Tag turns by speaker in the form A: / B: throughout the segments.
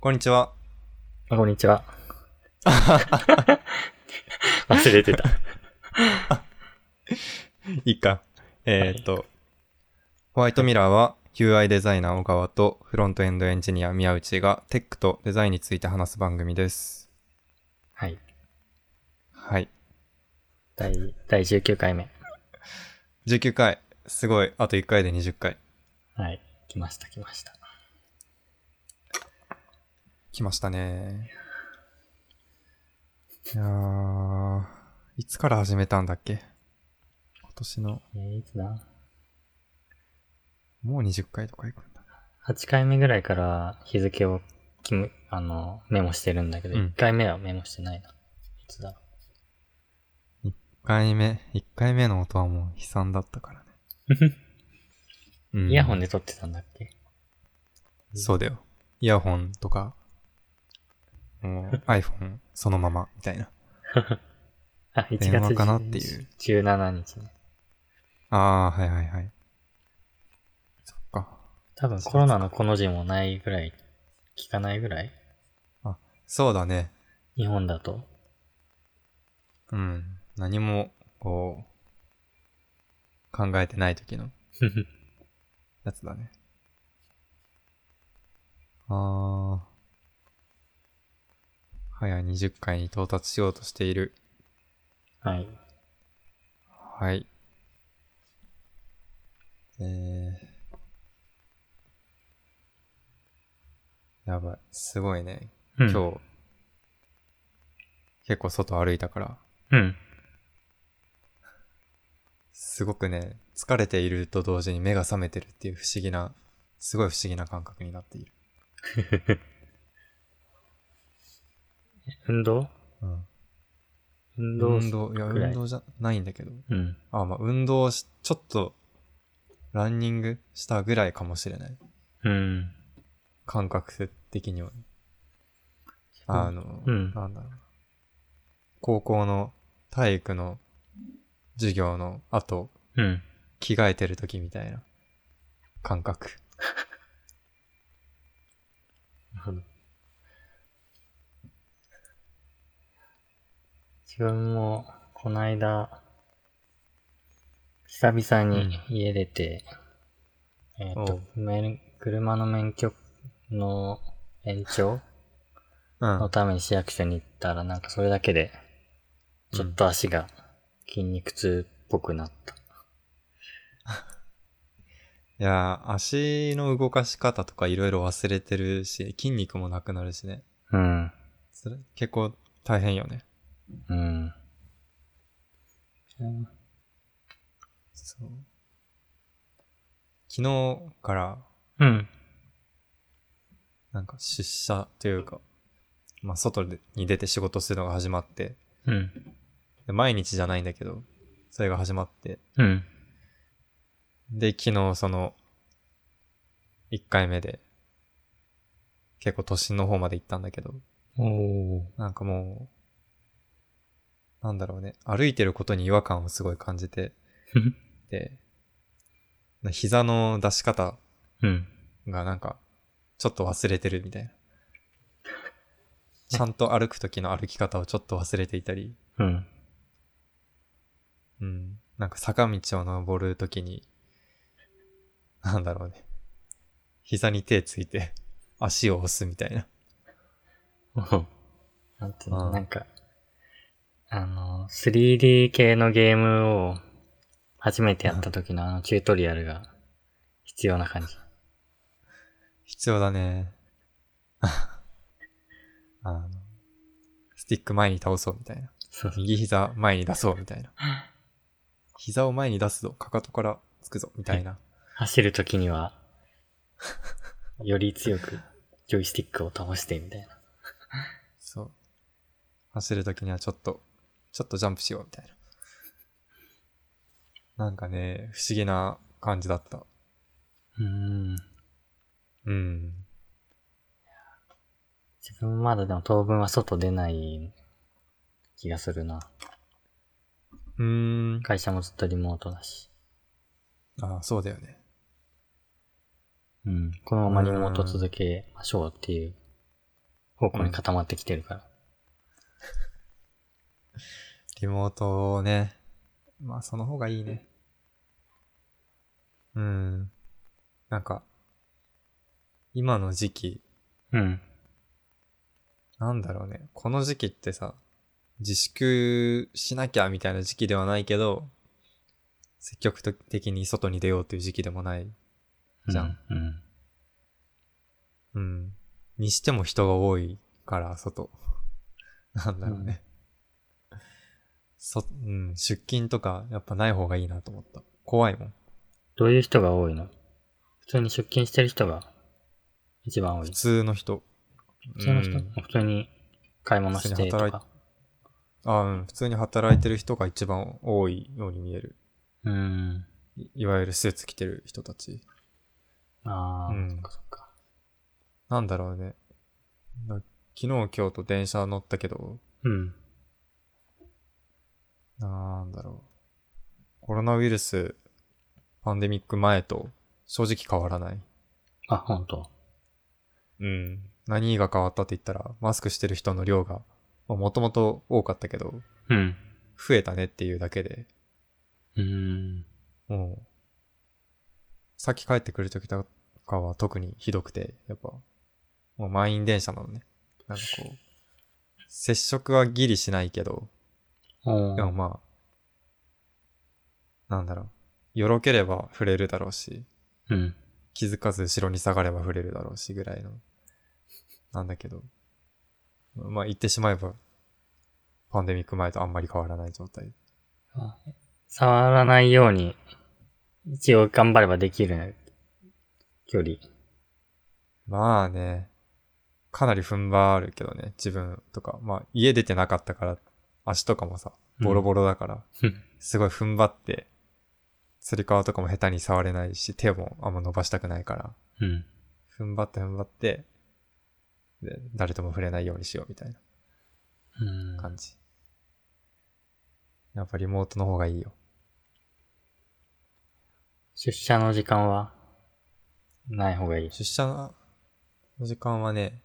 A: こんにちは。
B: あ、こんに ちは。忘れてた。
A: いいか。えーっと、ホワイトミラーは UI デザイナー小川とフロントエンドエンジニア宮内がテックとデザインについて話す番組です。
B: はい。
A: はい。
B: 第、第19回目。
A: 19回。すごい。あと1回で20回。
B: はい。来ました、来ました。
A: 来ましたね。いやー、いつから始めたんだっけ今年の、
B: えーいつだ
A: もう20回とか行くんだ。
B: ?8 回目ぐらいから日付を決め、あの、メモしてるんだけ
A: う
B: ど、
A: ん
B: 1回目はメモしてないな。いつだろ
A: 1回目、1回目の音はもう悲惨だったからね。 う
B: う。
A: ん
B: イヤホンで撮ってたんだっけ
A: そうだよ。イヤホンとか、もう iPhone そのままみたいな。
B: あ、1
A: 電話
B: 月
A: かなっていう
B: 17日ね。
A: ああ、はいはいはい。そっか。
B: 多分
A: そう
B: コロナのこの字もないぐらい、聞かないぐらい
A: そうだね。
B: 日本 だと。
A: うん。何も、こう、考えてない時のやつだね。ああ。早20回に到達しようとしている。
B: はい。
A: はい。えー。やばい。すごいね。
B: 今
A: 今日、。結構外歩いたから、
B: うん。
A: すごくね、疲れていると同時に目が覚めてるっていう不思議な、すごい不思議な感覚になっている。
B: 運動
A: うん、
B: 運動
A: 運動、いや、
B: くらい
A: 運動じゃないんだけど。
B: うん。
A: あ、まあ、運動し、ちょっと、ランニングしたぐらいかもしれない。
B: うん。
A: 感覚的にはね、あの、
B: うん
A: なんだろう。高校の体育の授業の後、
B: うん。
A: 着替えてる時みたいな感覚。
B: なるほど。自分も、この間、久々に家出て、えっ、
A: お
B: と
A: う、
B: 免車の免許の延長
A: うん。
B: のために市役所に行ったら、なんかそれだけで、ちょっと足が筋肉痛っぽくなった。
A: いやー、足の動かし方とかいろいろ忘れてるし、筋肉もなくなるしね。
B: うん。
A: それ結構大変よね。
B: うん。うん
A: そう。昨日から、
B: うん。
A: なんか出社というか、まあ、外でに出て仕事するのが始まって、
B: うん。
A: で毎日じゃないんだけど、それが始まって、
B: うん。
A: で、昨日その、1回目で、結構都心の方まで行ったんだけど、
B: おー。
A: なんかもう、なんだろうね、歩いてることに違和感をすごい感じて、で、膝の出し方
B: うん。
A: がなんか、ちょっと忘れてるみたいな。ちゃんと歩く時の歩き方をちょっと忘れていたり、
B: うん。
A: うん。なんか坂道を登るときに、なんだろうね。膝に手ついて、足を押すみたいな。
B: なんていうの、
A: うん
B: なんか、あの、3D 系のゲームを初めてやった時のあのチュートリアルが必要な感じ。
A: 必要だね。 あの、スティック前に倒そうみたいな。
B: そう
A: 右膝前に出そうみたいな。膝を前に出すぞ、かかとからつくぞ、みたいな。
B: 走る時には、より強くジョイスティックを倒してみたいな。
A: そう。走るときにはちょっと、ちょっとジャンプしようみたいな。なんかね、不思議な感じだった。
B: うーん。
A: うん。
B: 自分まだでも当分は外出ない気がするな。
A: うーん。
B: 会社もずっとリモートだし。
A: ああ、そうだよね。
B: うん。このままリモート続けましょうっていう方向に固まってきてるから。
A: リモートをね。まあ、その方がいいね。うん。なんか、今の時期、
B: うん。
A: なんだろうね。この時期ってさ、自粛しなきゃみたいな時期ではないけど、積極的に外に出ようという時期でもない。じゃん。
B: うん。
A: うん。にしても人が多いから、外。 なんだろうね。そ、うん、出勤とか、やっぱない方がいいなと思った。怖いもん。
B: どういう人が多いの普通に出勤してる人が一番多い
A: 普。通の人。
B: 普通の人、
A: うん
B: 普通に買い物して
A: 普通
B: と
A: に働
B: か。
A: あうん。普通に働いてる人が一番多いように見える。
B: うん。
A: いいわゆるスーツ着てる人たち。
B: ああ、
A: うん
B: そっかそっか。
A: なんだろうね。な昨日、今日と電車乗ったけど、
B: うん。
A: なんだろう。コロナウイルス、パンデミック前と正直変わらない。
B: あ、ほんと。
A: うん。何が変わったって言ったら、マスクしてる人の量が、もともと多かったけど、
B: うん。
A: 増えたねっていうだけで、
B: うん。
A: もう、さっき帰ってくる時とかは特にひどくて、やっぱ、もう満員電車なのね。なんかこう、接触はギリしないけど、
B: お
A: でも
B: ー
A: まあ、なんだろう。よろければ触れるだろうし、
B: うん。
A: 気づかず後ろに下がれば触れるだろうしぐらいの、なんだけど、まあ言ってしまえば、パンデミック前とあんまり変わらない状態。
B: あ触らないように、一応頑張ればできる距離。
A: まあね、かなり踏ん張るけどね、自分とか。まあ家出てなかったから、足とかもさ、ボロボロだから、
B: うん
A: すごい踏ん張って、つり革とかも下手に触れないし、手もあんま伸ばしたくないから、
B: うん。
A: 踏ん張って踏ん張って、で、誰とも触れないようにしようみたいな。
B: うん。
A: 感じ。やっぱリモートの方がいいよ。
B: 出社の時間は、ない方がいい。
A: 出社の時間はね、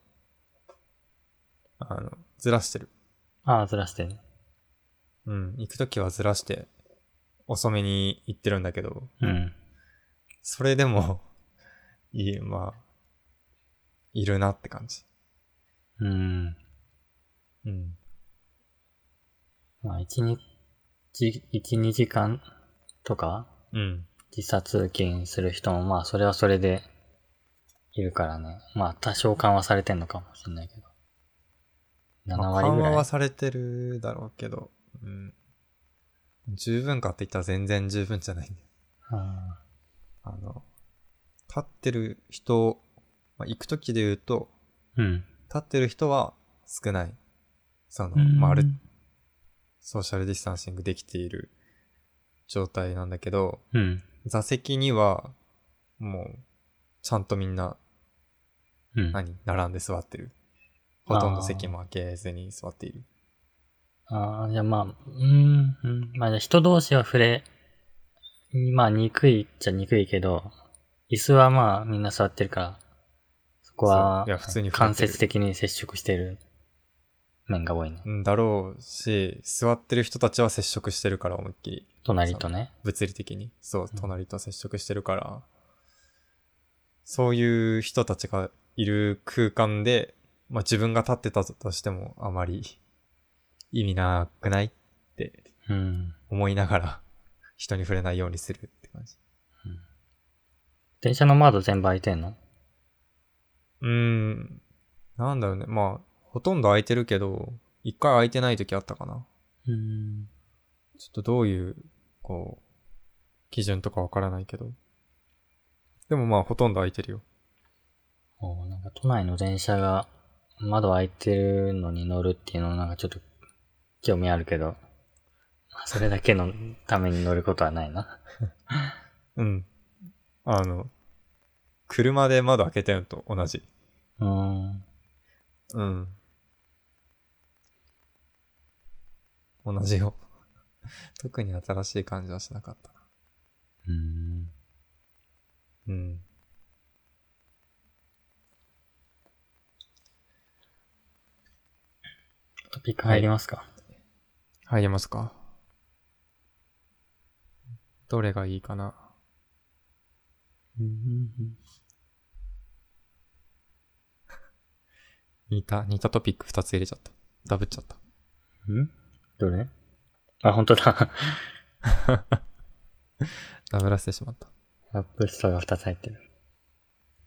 A: あの、ずらしてる。
B: ああ、ずらしてね。
A: うん、行くときはずらして、遅めに行ってるんだけど、
B: うん。
A: それでも、 いい、まあ、いるなって感じ。
B: うん。
A: うん。
B: まあ、一日、一、二時間とか、
A: うん。
B: 時差通勤する人も、まあ、それはそれで、いるからね。まあ、多少緩和されてんのかもしれないけど。7
A: まあ
B: 割
A: 緩
B: ぐ
A: 和
B: らい。
A: はされてるだろうけど、うん。十分かって言ったら全然十分じゃないんだよ
B: うん
A: あの、立ってる人、まあ、行くときで言うと、
B: うん。
A: 立ってる人は少ない。その、
B: うん
A: まあ、ある、ソーシャルディスタンシングできている状態なんだけど、
B: うん。
A: 座席には、もう、ちゃんとみんな、
B: うん。
A: 何並んで座ってる。ほとんど席も開けずに座っている。
B: ああ、じゃあまあ、うーん、うん。まあじゃあ人同士は触れ、まあ憎いっちゃ憎いけど、椅子はまあみんな座ってるから、そこは
A: そういや普通に触れてる
B: 間接的に接触してる面が多いね。
A: うんだろうし、座ってる人たちは接触してるから、思いっきり。
B: 隣とね。
A: 物理的にそう
B: うん
A: 隣と接触してるから、そういう人たちがいる空間で、まあ、自分が立ってたとしてもあまり意味なくないって
B: うん。
A: 思いながら人に触れないようにするって感じ
B: 電車の窓全部開いてんの
A: うーんなんだろうねまあほとんど空いてるけど一回空いてない時あったかな
B: うん。
A: ちょっとどういうこう基準とかわからないけどでもまあほとんど空いてるよ
B: おーなんか都内の電車が窓開いてるのに乗るっていうのなんかちょっと興味あるけど、まあそれだけのために乗ることはな いな。
A: うん。あの、車で窓開けてるのと同じ。
B: うーん。
A: うん。同じよ。 特に新しい感じはしなかったな。
B: う
A: う
B: ん。
A: ん。
B: ピック入りますか、
A: 入りますかどれがいいかな似た、似たトピック2つ入れちゃった。ダブっちゃった。
B: んどれあ、本当だ。
A: ダブらせてしまった。
B: アップストアが2つ入ってる。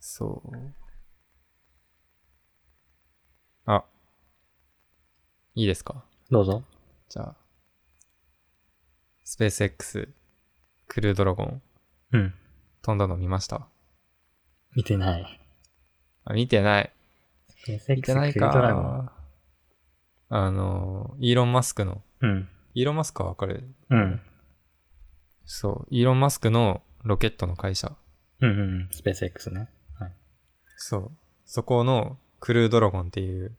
A: そう。あ。いいですか
B: どうぞ。
A: じゃあ。スペース X、クルードラゴン、
B: うん。
A: 飛んだの見ました
B: 見てない。
A: あ、見てない。見
B: 見
A: てない
B: ドラゴン。
A: か。あの、イーロン・マスクの、
B: うん。
A: イーロン・マスクはわかる
B: うん。
A: そう、イーロン・マスクのロケットの会社。
B: うんうん。スペース X ね。はい。
A: そう。そこのクルードラゴンっていう、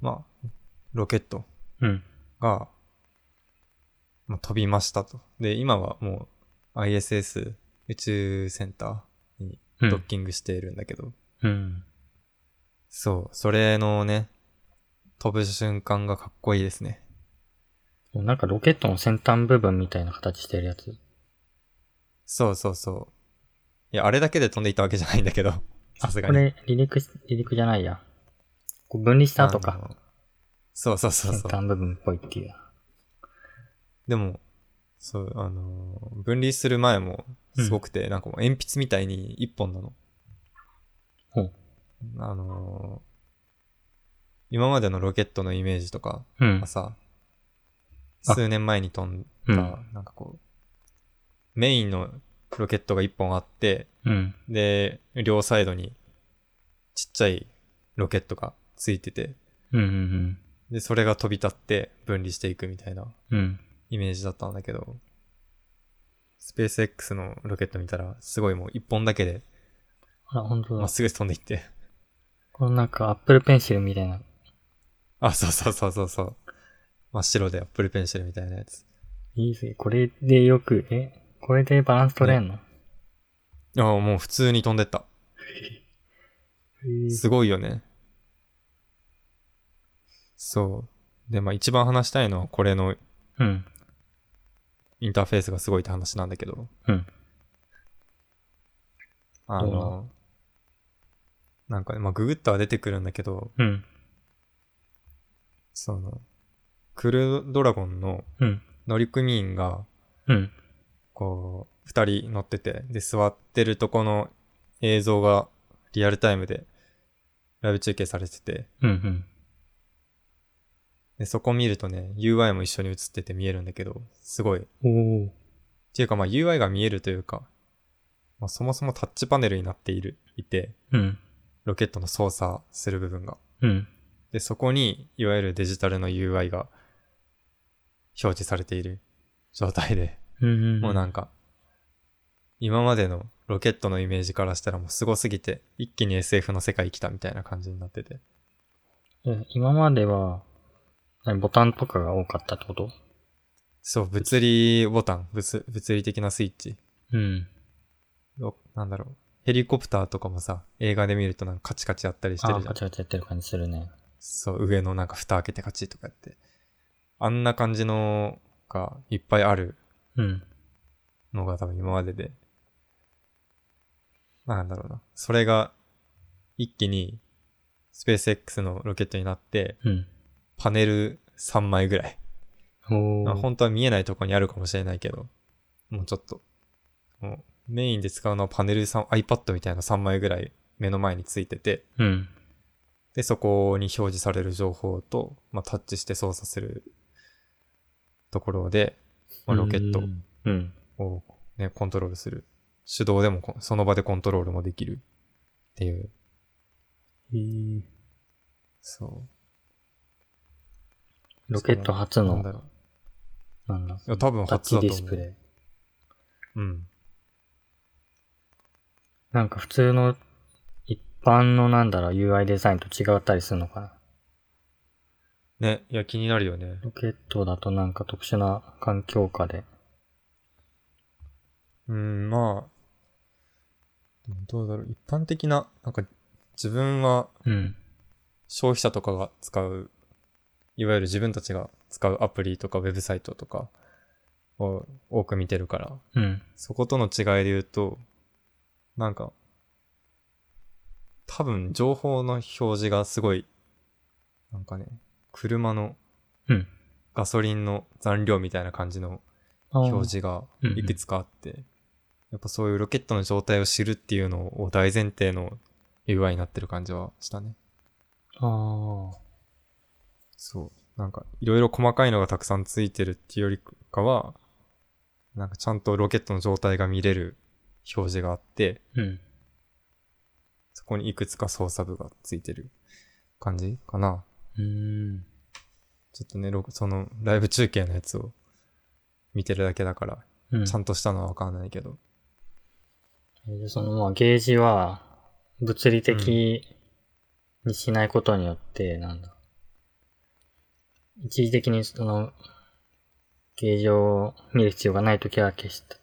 A: まあ、ロケット
B: うん。
A: が、まあ、飛びましたと。で、今はもう ISS 宇宙センターに
B: う
A: ド
B: ん
A: ッ。キングしているんだけど、
B: うん。
A: そう、それのね、飛ぶ瞬間がかっこいいですね。
B: なんかロケットの先端部分みたいな形してるやつ。
A: そうそうそう。いや、あれだけで飛んでいったわけじゃないんだけ ど、さすが
B: こ
A: に。
B: れ、離陸し、離陸じゃないや。こう分離した後
A: あ
B: か。
A: の。そうそうそう
B: 先
A: そう。
B: 端部分っぽいっていう。
A: でも、そう、あのー分離する前もすごくて、なんかもう鉛筆みたいに一本なの。
B: ほう
A: あのー今までのロケットのイメージとか
B: うん
A: が。さ、
B: あ
A: 数年前に飛んだ、
B: うん
A: なんかこう、メインのロケットが一本あって、
B: うん。
A: で、両サイドにちっちゃいロケットがついてて、
B: うんうん
A: で、それが飛び立って分離していくみたいな
B: うん。うん。
A: イメージだったんだけど、スペース X のロケット見たら、すごいもう一本だけで、
B: あら、ほんと
A: ま
B: だ
A: っ。すぐ飛んでいって。
B: このなんかアップルペンシルみたいな。
A: あ、そうそうそうそうそう。真っ白でアップルペンシルみたいなやつ。
B: いいぜ。これでよく、えこれでバランス取れんの、
A: ああ、もう普通に飛んでった。
B: へえ
A: すごいよね。そう。で、まあ一番話したいのはこれの
B: うん。
A: インターフェースがすごいって話なんだけど。
B: うん。
A: あ
B: どうな
A: の、なんかね、まあググったら出てくるんだけど、
B: うん。
A: その、クルードラゴンの
B: うん。
A: 乗組員が、
B: うん。
A: こう、二人乗ってて、で、座ってるとこの映像がリアルタイムでライブ中継されてて、
B: うん。うん。
A: で、そこ見るとね、UI も一緒に映ってて見えるんだけど、すごい。っ
B: おお。
A: ていうか、まあ UI が見えるというか、まあそもそもタッチパネルになっている、いて、
B: うん。
A: ロケットの操作する部分が。
B: うん。
A: で、そこに、いわゆるデジタルの UI が表示されている状態で、
B: うん。
A: もうなんか、今までのロケットのイメージからしたらもうすごすぎて、一気に SF の世界来たみたいな感じになってて。
B: え今までは、何ボタンとかが多かったってこと
A: そう、物理ボタン、物物理的なスイッチ。
B: うん。
A: おなんだろう。ヘリコプターとかもさ、映画で見るとなんかカチカチやったりしてる
B: ああ、
A: じゃん
B: ガチ。ャガチャやってる感じするね。
A: そう、上のなんか蓋開けてカチとかやって。あんな感じのがいっぱいある
B: うん。
A: のが多分今までで。なんだろうな。それが一気にスペース X のロケットになって、
B: うん。
A: パネル3枚ぐらい。
B: お
A: まあ、
B: お。
A: 本当は見えないとこにあるかもしれないけど、もうちょっと。もうメインで使うのはパネル3、iPad みたいな3枚ぐらい目の前についてて、
B: うん。
A: で、そこに表示される情報と、まあ、タッチして操作するところで、まあ、ロケット
B: うん。
A: をね、コントロールする。手動でもこ、その場でコントロールもできるっていう、
B: うん。
A: そう。
B: ロケット初
A: な
B: の
A: んだ、ろう。
B: なんだ
A: いや、多分
B: タッ
A: 初
B: チ
A: だと
B: ディ
A: 思
B: スプ
A: う。
B: レイ。
A: うん。
B: なんか普通の、一般のなんだろう、UI デザインと違ったりするのかな
A: ね、いや、気になるよね。
B: ロケットだとなんか特殊な環境下で。
A: うん、まあ、でもどうだろう、一般的な、なんか、自分は
B: うん。
A: 消費者とかが使ういわゆる自分たちが使うアプリとかウェブサイトとかを多く見てるから、
B: うん。
A: そことの違いで言うと、なんか、多分情報の表示がすごい、なんかね、車の
B: うん。
A: ガソリンの残量みたいな感じの
B: あー
A: 表。示がいくつかあって、やっぱそういうロケットの状態を知るっていうのを大前提の UI になってる感じはしたね。
B: ああ。
A: そう。なんか、いろいろ細かいのがたくさんついてるっていうよりかは、なんかちゃんとロケットの状態が見れる表示があって、
B: うん。
A: そこにいくつか操作部がついてる感じかな。
B: うーん。
A: ちょっとね、ロそのライブ中継のやつを見てるだけだから、
B: うん。
A: ちゃんとしたのはわかんないけど。
B: でそのまあゲージは物理的にしないことによって、なんだ、一時的にそのゲージを見る必要がないときは消した、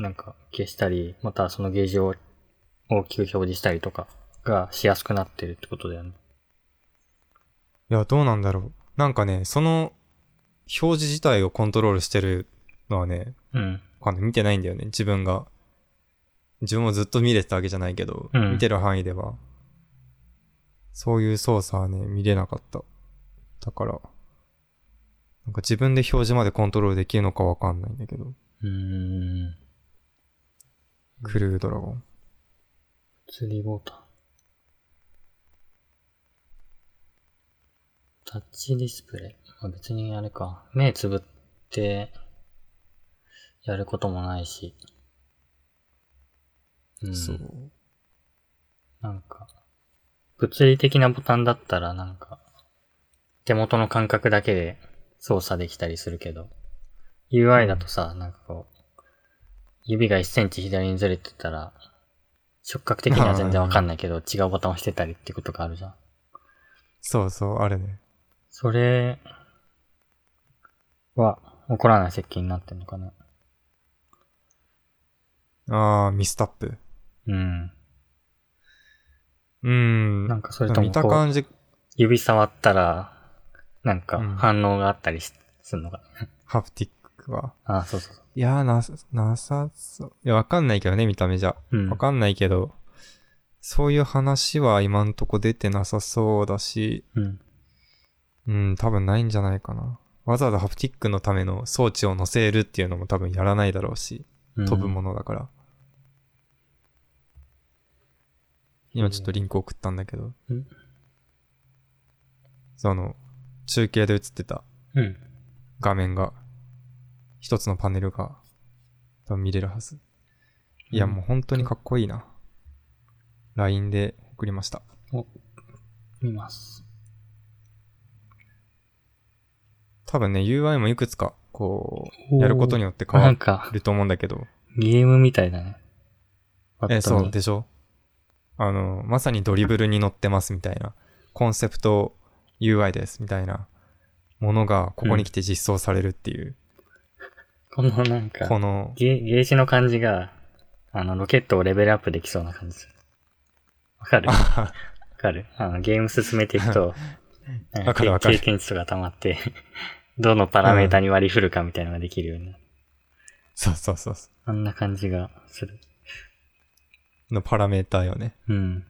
B: なんか消したり、またそのゲージを大きく表示したりとかがしやすくなってるってことだよね。
A: いや、どうなんだろう。なんかね、その表示自体をコントロールしてるのはね、
B: うん。
A: わかんない見てないんだよね、自分が。自分もずっと見れてたわけじゃないけど、
B: うん
A: 見てる範囲では。そういう操作はね、見れなかった。だから、なんか自分で表示までコントロールできるのかわかんないんだけど、
B: うーん。
A: クルードラゴン。
B: 釣りボタン。タッチディスプレイ。まあ、別にあれか。目つぶって、やることもないし。うん。
A: そう。
B: なんか、物理的なボタンだったらなんか、手元の感覚だけで操作できたりするけど、UI だとさ、なんかこう、指が1センチ左にずれてたら、触覚的には全然わかんないけど、違うボタンを押してたりってことがあるじゃん。
A: そうそう、あれね。
B: それは、起こらない設計になってんのかな。
A: あー、ミスタップ。
B: うん。
A: うーん。
B: なんかそれとも
A: 見た
B: こう、
A: 感じ、
B: 指触ったら、なんか
A: うん
B: 反応があったりしするのかな。
A: ハプティックは。
B: あ、そうそうそ
A: いやー、なさ、なさそう。いや、わかんないけどね、見た目じゃ。
B: う。うん。
A: わかんないけど、そういう話は今んとこ出てなさそうだし、
B: うん。
A: うん、多分ないんじゃないかな。わざわざハプティックのための装置を乗せるっていうのも多分やらないだろうし、飛ぶものだから。今ちょっとリンク送ったんだけど
B: うん、
A: その、中継で映ってた
B: うん。うん。
A: 画面が、一つのパネルが、多分見れるはず。いや、もう本当にかっこいいな。LINE で送りました。
B: お、見ます。
A: 多分ね、UI もいくつか、こう、やることによって変
B: な
A: わ
B: んか、
A: ると思うんだけど。
B: ゲームみたいだね。
A: え、
B: パッと
A: そう
B: 見
A: でしょあの、まさにドリブルに乗ってますみたいな、コンセプト UI ですみたいなものが、ここに来て実装されるっていう、
B: このなんか、
A: この、
B: ゲゲージの感じが、あの、ロケットをレベルアップできそうな感じする。わかるわ
A: あ
B: かるあの、ゲーム進めてい くと、なん
A: わかるわかる
B: 経験値とか溜まって、 どのパラメータに割り振るかみたいなのができるようになる。
A: そうそうそうそ
B: あんな感じがする。
A: う、のパラメーターよね。
B: うん。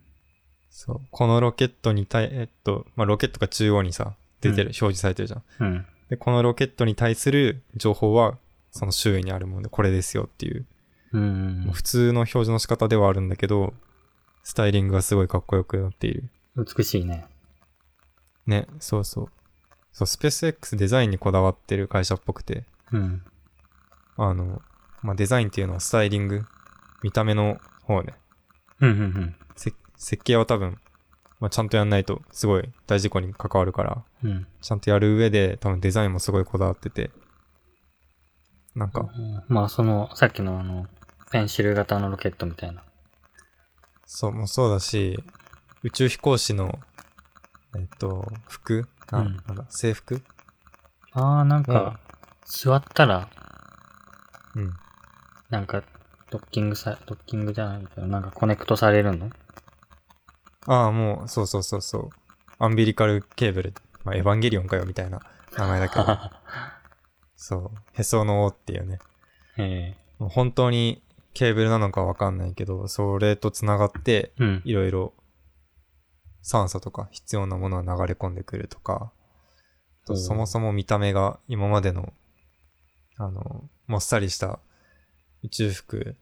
A: そう。このロケットに対、えっと、まあ、ロケットが中央にさ、出てる、
B: うん
A: 表示されてるじゃん。
B: うん。
A: で、このロケットに対する情報は、その周囲にあるもので、これですよっていう、
B: うん
A: もう普通の表示の仕方ではあるんだけど、スタイリングがすごいかっこよくなっている。
B: うん。美しいね。
A: ね、そうそう。そう、スペース X デザインにこだわってる会社っぽくて、
B: うん。
A: あの、まあ、デザインっていうのはスタイリング、見た目の方ね。
B: うんうんうん。
A: せ設計は多分、まあ、ちゃんとやんないと、すごい大事故に関わるから、
B: うん。
A: ちゃんとやる上で、多分デザインもすごいこだわってて、なんか、
B: うんまあその、さっきのあの、ペンシル型のロケットみたいな。
A: そう、もうそうだし、宇宙飛行士の、えっと、服な,、
B: うん
A: ん、なんだ、制服
B: ああ、なん
A: が
B: か、座ったら、
A: うん。
B: なんか、ドッキングさ、ドッキングじゃないけど、なんかコネクトされるの
A: ああ、もう、そうそうそうそう。アンビリカルケーブルまあ、エヴァンゲリオンかよみたいな名前だけ ど、そう、へその緒っていうね、
B: え
A: もう本当にケーブルなのかわかんないけど、それと繋がって、
B: えうん。
A: いろいろ酸素とか必要なものが流れ込んでくるとか、あと
B: おう
A: そもそも見た目が今までの、あの、もっさりした宇宙服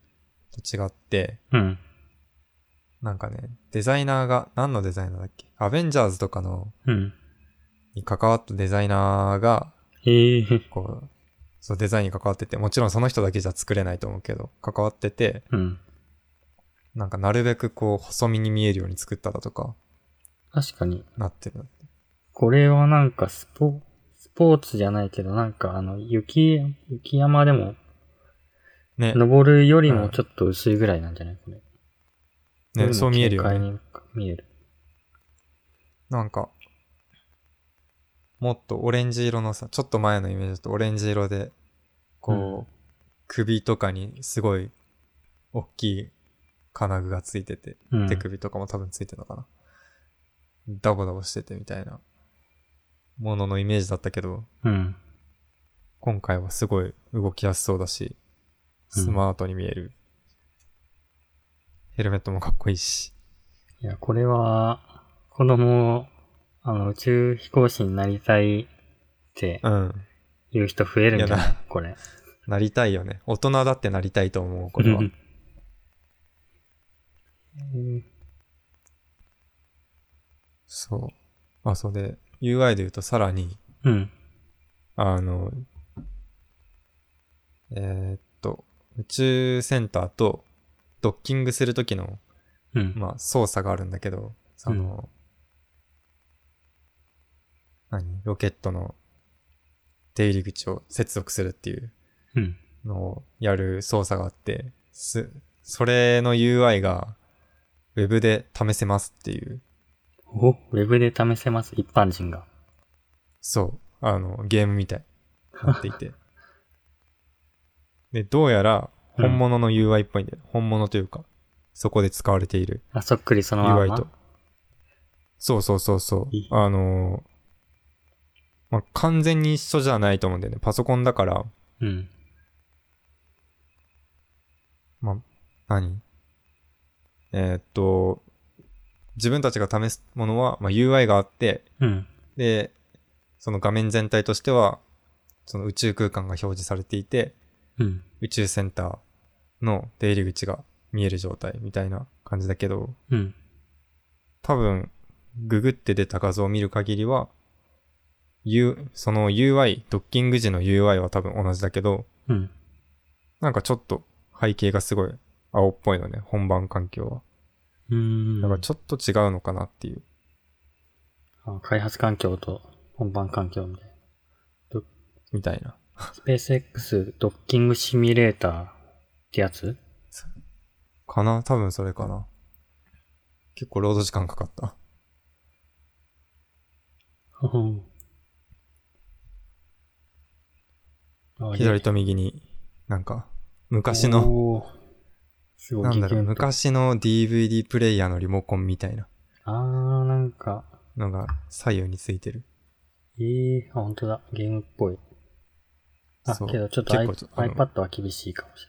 A: と違って、
B: うん。
A: なんかね、デザイナーが、何のデザイナーだっけアベンジャーズとかの、
B: うん。
A: に関わったデザイナーが、
B: ええ。
A: こう、そうデザインに関わってて、もちろんその人だけじゃ作れないと思うけど、関わってて、
B: うん。
A: なんかなるべくこう、細身に見えるように作っただとか、
B: 確かに。
A: なってる。
B: これはなんかスポ、スポーツじゃないけど、なんかあの、雪、雪山でも、
A: ね、
B: 登るより
A: う
B: も
A: ん
B: ちょっと薄いぐらいなんじゃないこれ。
A: ね、そう見えるよね
B: 軽。快に見える。
A: なんか、もっとオレンジ色のさ、ちょっと前のイメージだとオレンジ色で、こう、
B: うん
A: 首とかにすごい大きい金具がついてて、
B: うん。
A: 手首とかも多分ついてるのかな。ダボダボしててみたいなもののイメージだったけど、
B: うん。
A: 今回はすごい動きやすそうだし、
B: うん
A: スマートに見える。ヘルメットもかっこいいし。
B: いや、これは、子供、あの、宇宙飛行士になりたいって
A: うん。
B: 言う人増えるんじゃ
A: い
B: な
A: や
B: いこれ。
A: なりたいよね。大人だってなりたいと思う、これは
B: うん。うん
A: そう。あ、そうで、UI で言うとさらに、
B: うん。
A: あの、えーっと、宇宙センターとドッキングするときの、
B: うん。
A: まあ、操作があるんだけど、その、何ロケットの出入り口を接続するっていう
B: うん。
A: のをやる操作があって、す、それの UI が Web で試せますっていう、
B: おウェブで試せます、一般人が。
A: そう、あの、ゲームみたいになっていて。で、どうやら本物の UI っぽいんだよ。本物というか、そこで使われている
B: あ、そっくりそのまん
A: UI
B: ま。
A: と。そうそうそうそう
B: いい。
A: あのーまあ、完全に一緒じゃないと思うんだよね。パソコンだから、
B: うん。
A: まあ、何えーっと、自分たちが試すものは、まあ、UI があって、
B: うん。
A: で、その画面全体としては、その宇宙空間が表示されていて、
B: うん。
A: 宇宙センターの出入り口が見える状態みたいな感じだけど、
B: うん。
A: 多分、ググって出た画像を見る限りは、U、その UI、ドッキング時の UI は多分同じだけど、
B: うん。
A: なんかちょっと背景がすごい青っぽいのね、本番環境は。
B: うん。
A: だからちょっと違うのかなっていう。
B: あ開発環境と本番環境みたい
A: みたいな。
B: な。スペース X ドッキングシミュレーターってやつ
A: かな多分それかな。結構労働時間かかった。
B: うんあ
A: 左と右に、なんか、昔の、
B: の。すごい。
A: なんだろう、
B: 激変
A: 昔の DVD プレイヤーのリモコンみたいな
B: あー、なんか、
A: のが左右についてる。
B: ええあ、本当だ。ゲームっぽい。あ、
A: そう
B: けどちょっと I-
A: 結構あの
B: iPad は厳しいかもし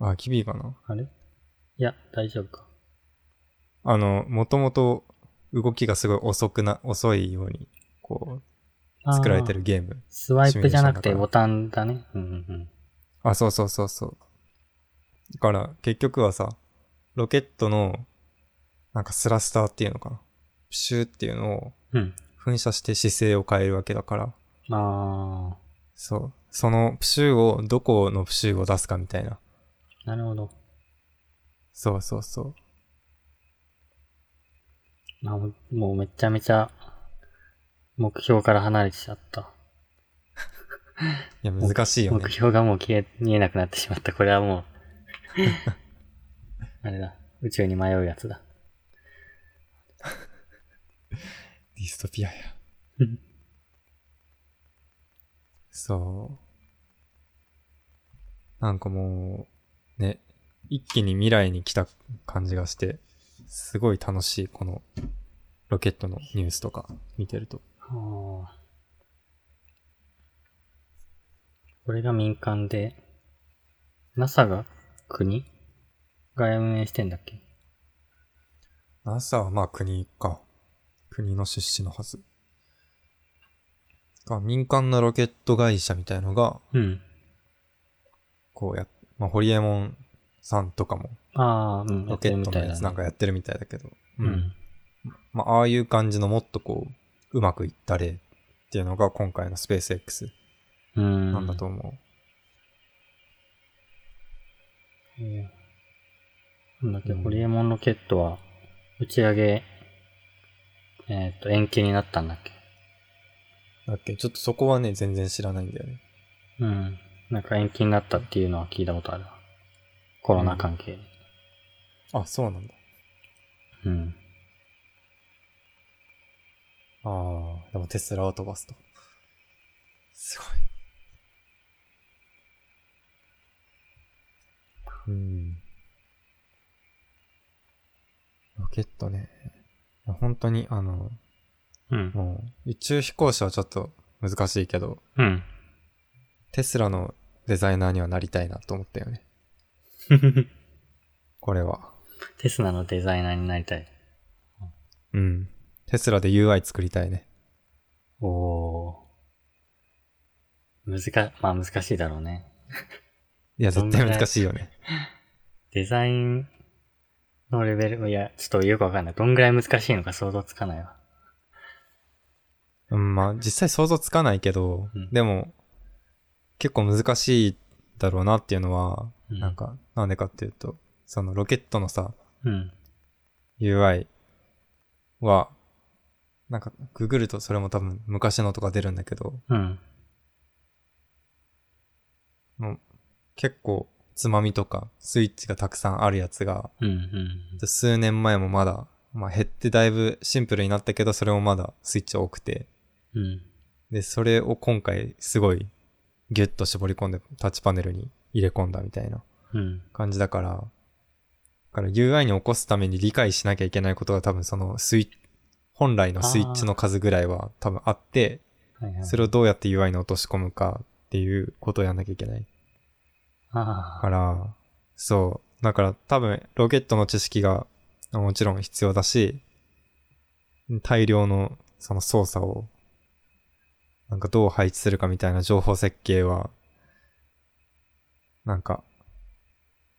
A: あ、キビかな
B: れない。あれいや、大丈夫か。
A: あの、もともと動きがすごい遅くな、遅いように、こう、
B: あー
A: 作られてる。ゲーム。
B: スワイプじゃなく
A: シミュレーションだか
B: て
A: ら
B: ボタンだね。うんうん
A: あ、そうそうそうそう。だから、結局はさ、ロケットの、なんかスラスターっていうのかな。プシューっていうのを
B: うん。うん。
A: 噴射して姿勢を変えるわけだから、
B: あ
A: そう。そのプシューを、どこのプシューを出すかみたいな。
B: ー、なるほど。
A: そうそうそう。
B: あもうもうめちゃめちゃ目標から離れてちゃった。
A: いや、難しいよね
B: 目。標がもう消え、見えなくなってしまった。これは もう、あれだ。宇宙に迷うやつだ。
A: ディストピアや
B: うん。
A: そう。なんかもう、ね、一気に未来に来た感じがして、すごい楽しい、このロケットのニュースとか見てると。
B: ああ。これが民間で、NASA が国が運営してんだっけ
A: NASA はまあ国か。国の出資のはず。か民間のロケット会社みたいのが、
B: うん。
A: こうや、まあ、ホリエモンさんとかも、
B: ああ、うん。
A: ロケットのやつなん
B: か。
A: かやってるみたいだけど。
B: う
A: うん
B: ん。
A: まあ、ああいう感じのもっとこう、うまくいった例っていうのが今回のスペース X
B: うん。
A: なんだと思う。
B: いやなんだっけ、ホリエモンロケットは、打ち上げ、えっ、と、延期になったんだっけ
A: だっけちょっとそこはね、全然知らないんだよね。
B: うん。なんか延期になったっていうのは聞いたことあるわ。コロナ関係で。
A: あ、そうなんだ。
B: うん。
A: ああ、でもテスラを飛ばすと。すごい。うん。ロケットね。いや本当に、あの、
B: うん。
A: もう、宇宙飛行士はちょっと難しいけど、
B: うん。
A: テスラのデザイナーにはなりたいなと思ったよね。これは。
B: テスラのデザイナーになりたい。
A: うん。テスラで UI 作りたいね。
B: おお。難か、まあ難しいだろうね。
A: いや、
B: ど
A: 絶
B: ん
A: 対
B: な
A: 難しいよね。
B: デザインのレベル、いや、ちょっとよくわかんない。どんぐらい難しいのか想像つかないわ。
A: うん、まあ、実際想像つかないけど、
B: うん
A: でも、結構難しいだろうなっていうのは、
B: うん
A: なんか、なんでかっていうと、そのロケットのさ、
B: うん。
A: UI は、なんか、ググるとそれも多分昔のとか出るんだけど、
B: うん。
A: もう結構、つまみとか、スイッチがたくさんあるやつが、
B: うん。
A: 数年前もまだ、まあ、減ってだいぶシンプルになったけど、それもまだスイッチ多くて。
B: うん。うん。
A: で、それを今回すごいギュッと絞り込んでタッチパネルに入れ込んだみたいな
B: うん。
A: 感じだから、だから UI に起こすために理解しなきゃいけないことが多分そのスイッ本来のスイッチの数ぐらいは多分あって、
B: はいはい。
A: それをどうやって UI に落とし込むかっていうことをやんなきゃいけない。
B: あ
A: か
B: あ。
A: ら、そう。だから多分ロケットの知識がもちろん必要だし、大量のその操作を、なんかどう配置するかみたいな情報設計は、なんか、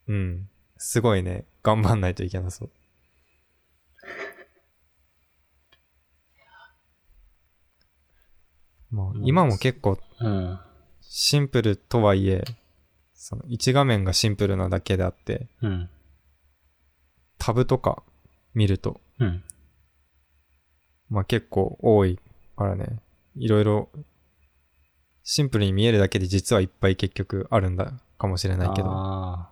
A: うん、すごいね、頑張んないといけなそう。 まあ、今も結構
B: うん。
A: シンプルとはいえ、その1画面がシンプルなだけであって、
B: うん。
A: タブとか見ると、
B: うん。
A: まあ結構多いからね、いろいろシンプルに見えるだけで実はいっぱい結局あるんだかもしれないけど、
B: あ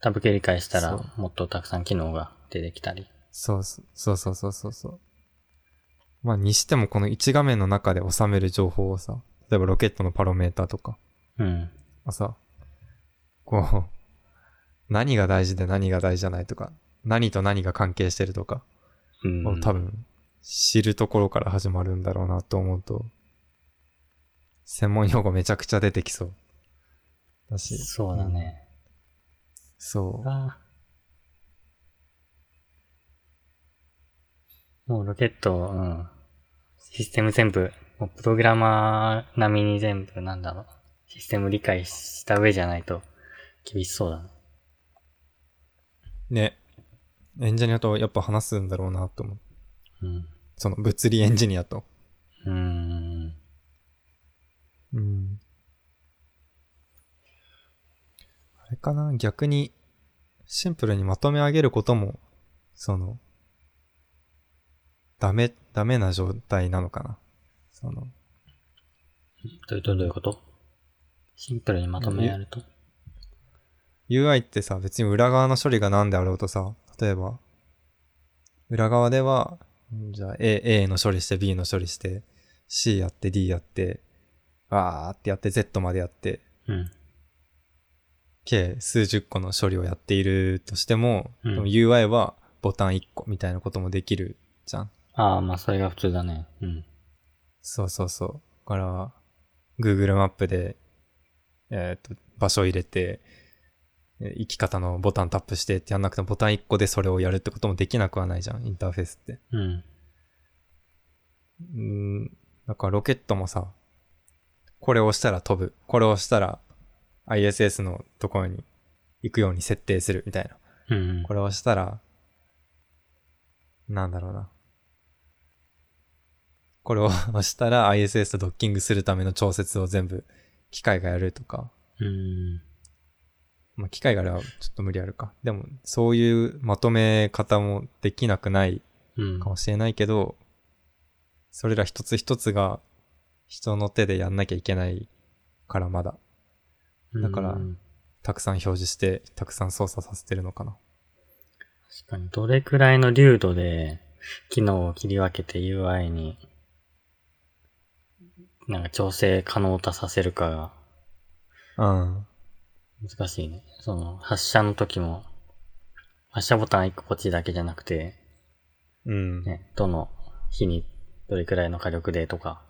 B: ータブ系理解したら
A: そう、
B: もっとたくさん機能が出てきたり。
A: そうそうそうそうそうそうそう。まあにしてもこの1画面の中で収める情報をさ、例えばロケットのパロメーターとか、
B: うん。
A: まあさ、こう、何が大事で何が大事じゃないとか、何と何が関係してるとか、
B: うん。
A: を多分知るところから始まるんだろうなと思うと、専門用語めちゃくちゃ出てきそう。だし、
B: そうだね。
A: そう。
B: あーもうロケット、うん。システム全部、もうプログラマー並みに全部、なんだろう。システム理解した上じゃないと、厳しそうだね。
A: ね。エンジニアとやっぱ話すんだろうなと思う。
B: うん。
A: その物理エンジニアと。
B: うーん。
A: うん。あれかな逆に、シンプルにまとめ上げることも、その、ダメ、ダメな状態なのかなその、
B: どうどうどういうことシンプルにまとめやると。
A: UI ってさ、別に裏側の処理が何であろうとさ、例えば、裏側では、んじゃあ A, A の処理して B の処理して、C やって D やって、あーってやって Z までやって、
B: うん。
A: 計数十個の処理をやっているとしても、
B: うん
A: でも UI はボタン1個みたいなこともできるじゃん。
B: ああ、まあそれが普通だね。うん。
A: そうそうそう。だから、Google マップで、えーっと、場所を入れて、えー行き方のボタンタップしてってやんなくてもボタン1個でそれをやるってこともできなくはないじゃん、インターフェースって。
B: うん。
A: うん、なんかロケットもさ、これを押したら飛ぶ、これを押したら ISS のところに行くように設定するみたいな。
B: うん。
A: これを押したら、なんだろうな。これを押したら ISS とドッキングするための調節を全部機械がやるとか。
B: うん。
A: まあ、機械があればちょっと無理あるか。でも、そういうまとめ方もできなくない
B: うん
A: か。もしれないけど、それら一つ一つが人の手でやんなきゃいけないからまだ、だから
B: うん
A: たくさん表示して、たくさん操作させてるのかな。
B: 確かに、どれくらいの流度で、機能を切り分けて UI に、なんか調整可能とさせるかが
A: うん。
B: 難しいね。その、発射の時も、発射ボタン1個ポチだけじゃなくて、
A: うん。
B: ね、どの日にどれくらいの火力でとか、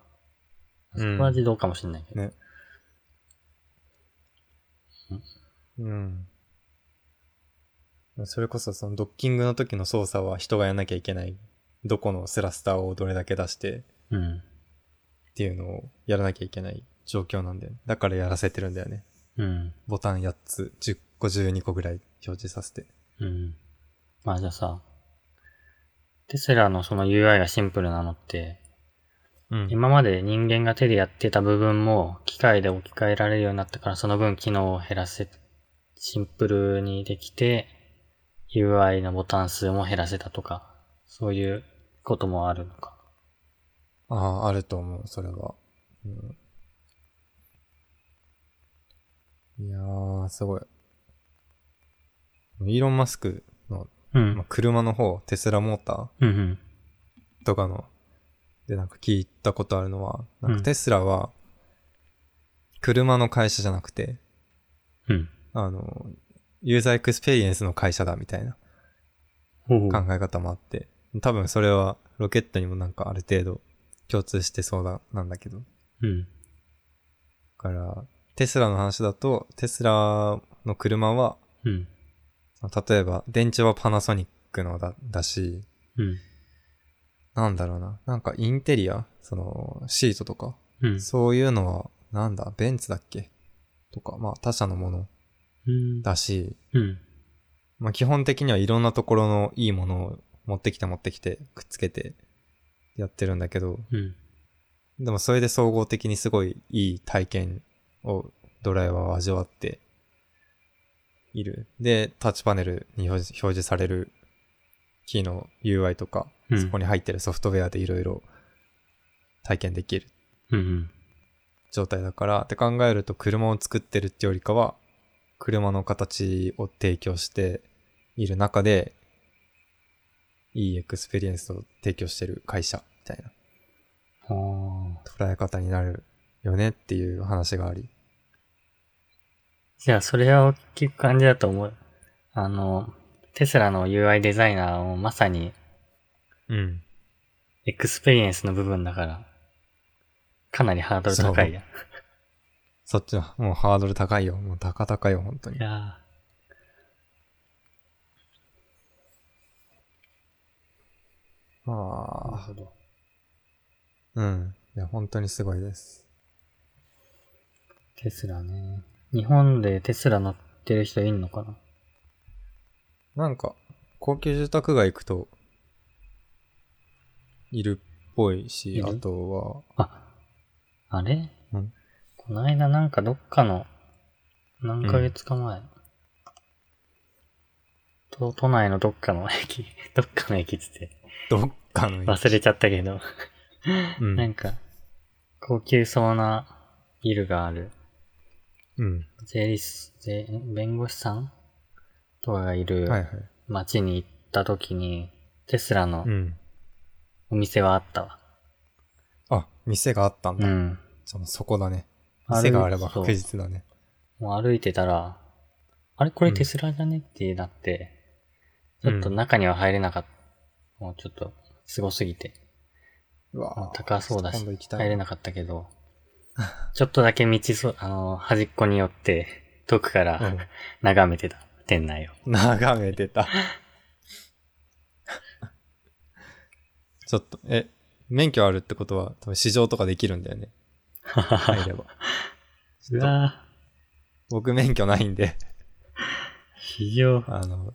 B: そ
A: うん
B: こは自動かもしれないけど。
A: ねうん。それこそそのドッキングの時の操作は人がやんなきゃいけない。どこのスラスターをどれだけ出してっていうのをやらなきゃいけない状況なんだよね。だからやらせてるんだよね。
B: うん。うん。
A: ボタン8つ、10個、12個ぐらい表示させて。
B: うん。まあじゃあさ、テスラのその UI がシンプルなのって、
A: うん
B: 今まで人間が手でやってた部分も機械で置き換えられるようになったから、その分機能を減らせ、シンプルにできて、UI のボタン数も減らせたとか、そういうこともあるのか。
A: ああ、あると思う、それは。うん、いやー、すごい。イーロン・マスクの、
B: う
A: まあ
B: ん。
A: 車の方、テスラモーター
B: うんうん。
A: とかの、でなんか聞いたことあるのは、なん
B: うん
A: かテスラは、車の会社じゃなくて、
B: うん。
A: あの、ユーザーエクスペリエンスの会社だみたいな
B: ほうほう
A: 考え方もあって、多分それはロケットにもなんかある程度共通してそうだ、なんだけど。
B: うん。
A: だから、テスラの話だと、テスラの車は、
B: うん。
A: 例えば電池はパナソニックのだだし、
B: うん。
A: なんだろうな、なんかインテリア、そのシートとか、
B: うん。
A: そういうのは、なんだ、ベンツだっけとか、まあ他社のもの
B: うん。
A: だし、
B: うん。
A: まあ基本的にはいろんなところのいいものを持ってきて持ってきて、くっつけてやってるんだけど、
B: うん。
A: でもそれで総合的にすごいいい体験をドライバーは味わっている。で、タッチパネルに表示表示されるキーの UI とか、
B: うん
A: そこに入ってるソフトウェアでいろいろ体験できる
B: うん。
A: 状態だからって考えると車を作ってるってよりかは車の形を提供している中でいいエクスペリエンスを提供してる会社みたいな
B: ああ。
A: 捉え方になるよねっていう話があり。
B: じゃあ、それを聞く感じだと思う。あの、テスラの UI デザイナーをまさに
A: うん。
B: エクスペリエンスの部分だから、かなりハードル高いや。
A: そっちはもうハードル高いよ。もう高々よ、本当
B: い
A: に。
B: やー
A: まあ、
B: ど。
A: うん。いや、本当にすごいです。
B: テスラね。日本でテスラ乗ってる人いんのかな
A: なんか、高級住宅街行くと、いるっぽい
B: い
A: し、
B: る
A: あとは、
B: あ、あれ
A: うん
B: こないだなんかどっかの、何ヶ月か前、と都内のどっかの駅、 どっかの駅っつって
A: どっかの、
B: 忘れちゃったけど、
A: う
B: なん
A: ん。
B: か、高級そうなビルがある、
A: うん。
B: 税理士、税、弁護士さんとかがいる
A: はいはい。
B: 街に行った時に、テスラの
A: うん。
B: お店はあったわ。
A: あ、店があったん
B: う
A: だ。
B: ん。
A: じゃあもうそこだね。
B: 歩い
A: 店があれば
B: そう
A: 確実だね。
B: もう歩いてたら、あれこれ
A: うん
B: テスラじゃねってなって、
A: うん
B: ちょっと中には入れなかった。もうちょっと、すごすぎて。
A: うわー
B: 高そうだし
A: 今度行きたい。
B: 入れなかったけど、ちょっとだけ道そ、あの、端っこに寄って、遠くか
A: う
B: ら
A: ん
B: 眺めてた、店内を。
A: 眺めてた。 ちょっと、え、免許あるってことは、多分試乗とかできるんだよね。入れば。ちょ
B: う
A: っと
B: わ
A: 僕免許ないんで、
B: ぁ、非常。
A: あの、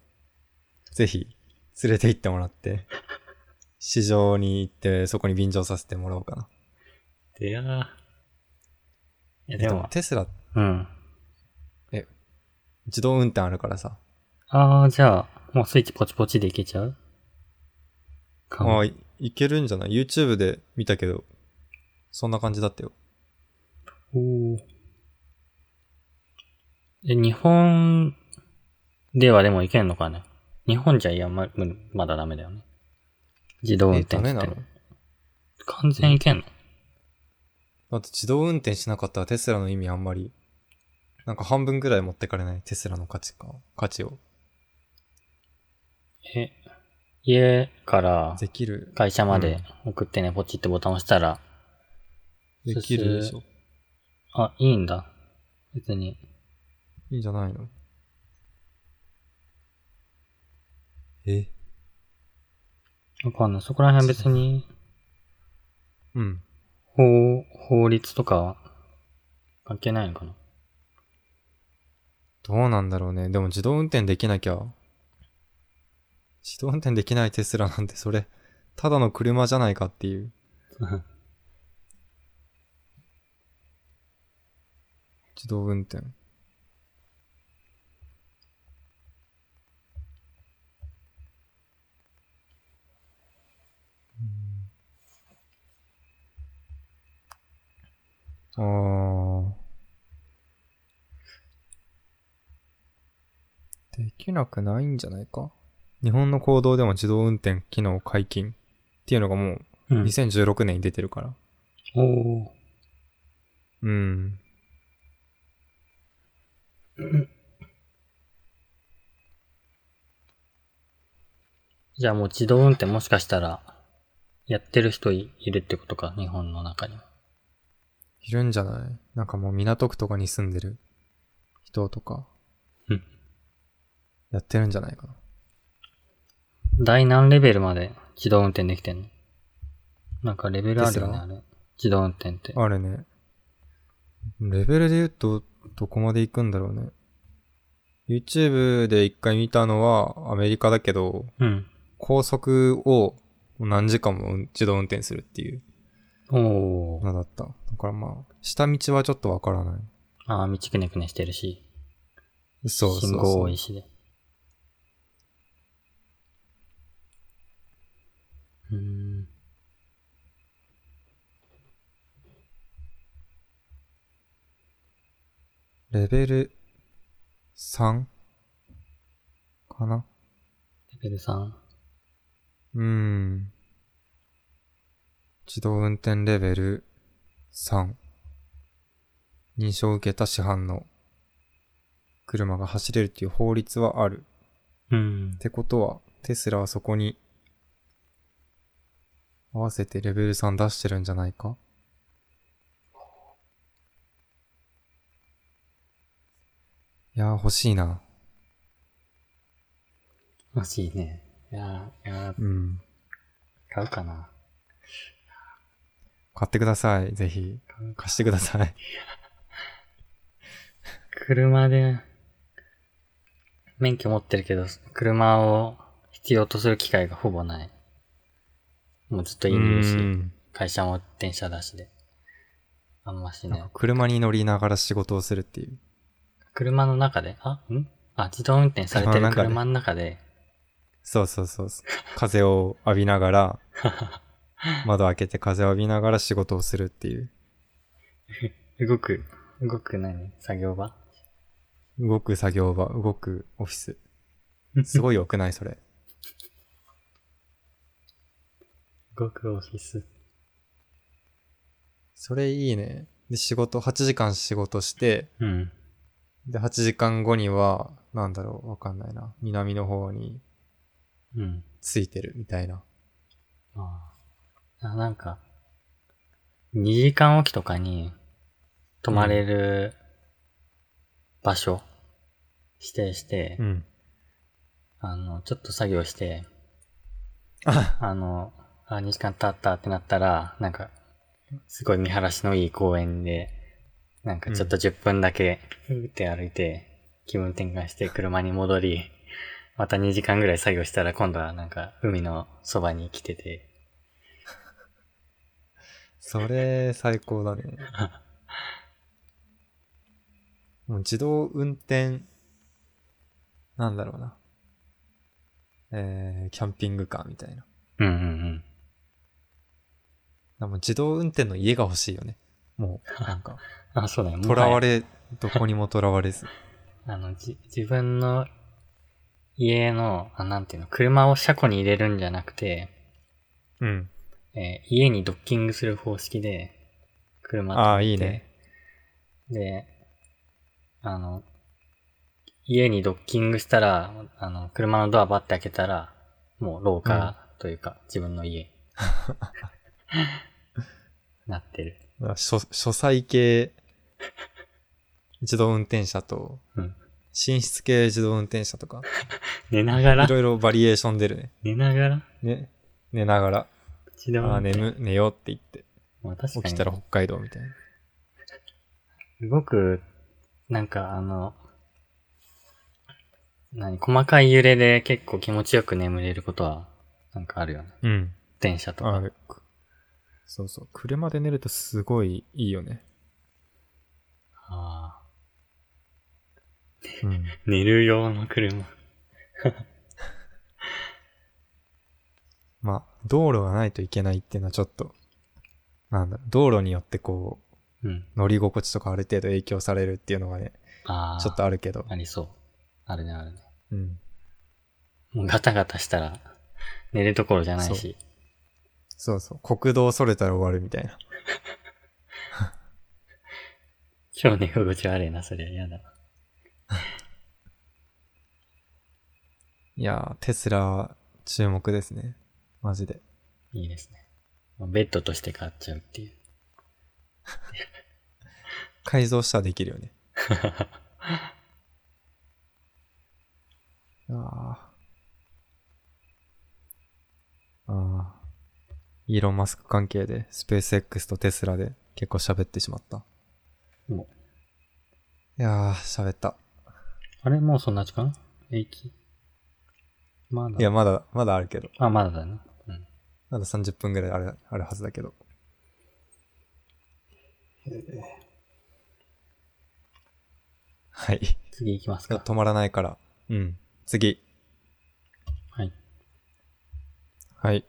A: ぜひ、連れて行ってもらって、市場に行って、そこに便乗させてもらおうかな。
B: いやーいや、
A: え
B: で
A: で
B: も
A: も、、テスラ、
B: うん。
A: 自動運転あるからさ。
B: ああ、じゃあ、もうスイッチポチポチでいけちゃうか
A: あ
B: も。
A: あ、いいけるんじゃない ?YouTube で見たけど、そんな感じだったよ。
B: おーえ、日本ではでもいけんのかね日本じゃいや、ま、無理まだダメだよね。自動運
A: え、
B: 転
A: ダ
B: って
A: メ
B: 言っ
A: な
B: て
A: の
B: る。完全いけんの
A: だって自動運転しなかったらテスラの意味あんまり、なんか半分ぐらい持ってかれないテスラの価値か、価値を。
B: え、家から
A: できる、
B: 会社まで送ってね、ポチってボタン押したら、
A: できるでしょ。
B: あ、いいんだ。別に。
A: いいんじゃないのえ
B: わかんない。そこら辺別に
A: うん。
B: 法、法律とかは関係ないのかな
A: どうなんだろうね。でも自動運転できなきゃ、自動運転できないテスラなんてそれ、ただの車じゃないかっていう。自動運転。うんああ。できなくないんじゃないか日本の公道でも自動運転機能解禁っていうのがもう
B: うん。
A: 2016年に出てるから。
B: おお
A: うん。
B: じゃあもう自動運転もしかしたら、やってる人いいるってことか、日本の中には。
A: いるんじゃないなんかもう港区とかに住んでる人とか。
B: うん
A: やってるんじゃないかな。
B: 第何レベルまで自動運転できてんのなんかレベルあ
A: テ
B: るよ
A: ス
B: ね、
A: ラ
B: あれ。自動運転って。
A: あれね。レベルで言うと、どこまで行くんだろうね。YouTube で一回見たのはアメリカだけど、
B: うん。
A: 高速を何時間も自動運転するっていう
B: おおー。
A: のだった。だからまあ、下道はちょっとわからない。
B: ああ、道くねくねしてるし、
A: そうそうそう。
B: 信号多いしで。うーん。
A: レベル 3? かな
B: レベル3。
A: うん。自動運転レベル3。認証を受けた市販の車が走れるっていう法律はある。
B: うん
A: っ。てことは、テスラはそこに合わせてレベル3出してるんじゃないかいやー欲しいな。
B: 欲しいね。いやー、いやー
A: うん。
B: 買うかな。
A: 買ってください。ぜひ。
B: 買うか。
A: 貸してください。
B: 車で、免許持ってるけど、車を必要とする機会がほぼない。もうずっと家にいる
A: う
B: し、
A: ん
B: 会社も電車だしで。あんましない。
A: 車に乗りながら仕事をするっていう。
B: 車の中で、あ、んあ、自動運転されてる
A: 車
B: 車の中で、
A: そうそうそうそう。風を浴びなが ら、窓開けて風を浴びながら仕事をするっていう。
B: 動く、動く何作業場
A: 動く作業場、動くオフィス。すごい良くないそれ。
B: 動くオフィス。
A: それいいね。で、仕事、8時間仕事して、
B: うん。
A: で、8時間後には、なんだろう、わかんないな。南の方に
B: うん。
A: ついてるみたいな。
B: あーあ。なんか、 2時間おきとかに泊まれる場所指定して、
A: ん。
B: あの、ちょっと作業して、
A: あ、
B: あの、あ、2時間経ったってなったら、なんか、すごい見晴らしのいい公園で、なんかちょっと10分だけ、ふーって歩いて、気分転換して車に戻り、また2時間ぐらい作業したら今度はなんか海のそばに来てて、
A: それ最高だね。もう自動運転、なんだろうな。えー、キャンピングカーみたいな。
B: うんうんうん。
A: でもう自動運転の家が欲しいよね。もう、なんか、
B: あ、そうだよ。
A: 囚わ
B: れ。
A: れ、どこにも囚われず。
B: あの、じ、自分の家の、あ、なんていうの、車を車庫に入れるんじゃなくて、
A: うん。
B: えー家にドッキングする方式で、車
A: ああ、
B: 止めて
A: いいね。
B: で、あの、家にドッキングしたら、あの、車のドアバッて開けたら、もう廊下というか、自分の 家。なってる。
A: まあ書、書斎系自動運転車と、
B: うん
A: 寝室系自動運転車とか、
B: 寝ながら
A: いろいろバリエーション出るね。
B: 寝ながら
A: ね、寝ながら、
B: 自動
A: ああ、
B: 運転
A: 眠、寝ようって言って、
B: まあ確
A: 起
B: か
A: き
B: に
A: たら北海道みたいな。
B: すごく、なんかあの、何、細かい揺れで結構気持ちよく眠れることは、なんかあるよね。
A: うん。
B: 電車とか。
A: ある。そうそう。車で寝るとすごいいいよね。
B: あ
A: うん。
B: ー寝る用の車。
A: まあ、道路がないといけないっていうのはちょっと、なんだろう、道路によってこう、
B: うん。
A: 乗り心地とかある程度影響されるっていうのがね、
B: ああ。
A: ちょっとあるけど。
B: ありそう。あるね、あるね。
A: うん。
B: もうガタガタしたら、寝るところじゃないし。
A: そうそう。国道それたら終わるみたいな。
B: 超寝心地悪いな、そりゃ嫌だな。
A: いやー、テスラ、注目ですね。マジで。
B: いいですね。もうベッドとして買っちゃうっていう。
A: 改造したらできるよね。ああ。ああ。イーロン・マスク関係で、スペース X とテスラで結構喋ってしまった。
B: もう
A: いやー、喋った。
B: あれもうそんな時間平気まだ。
A: いや、まだ、まだあるけど。
B: あ、まだだな。うん。
A: まだ30分ぐらいある、あるはずだけど。はい。
B: 次行きますか。
A: 止まらないから。うん。次。
B: はい。
A: はい。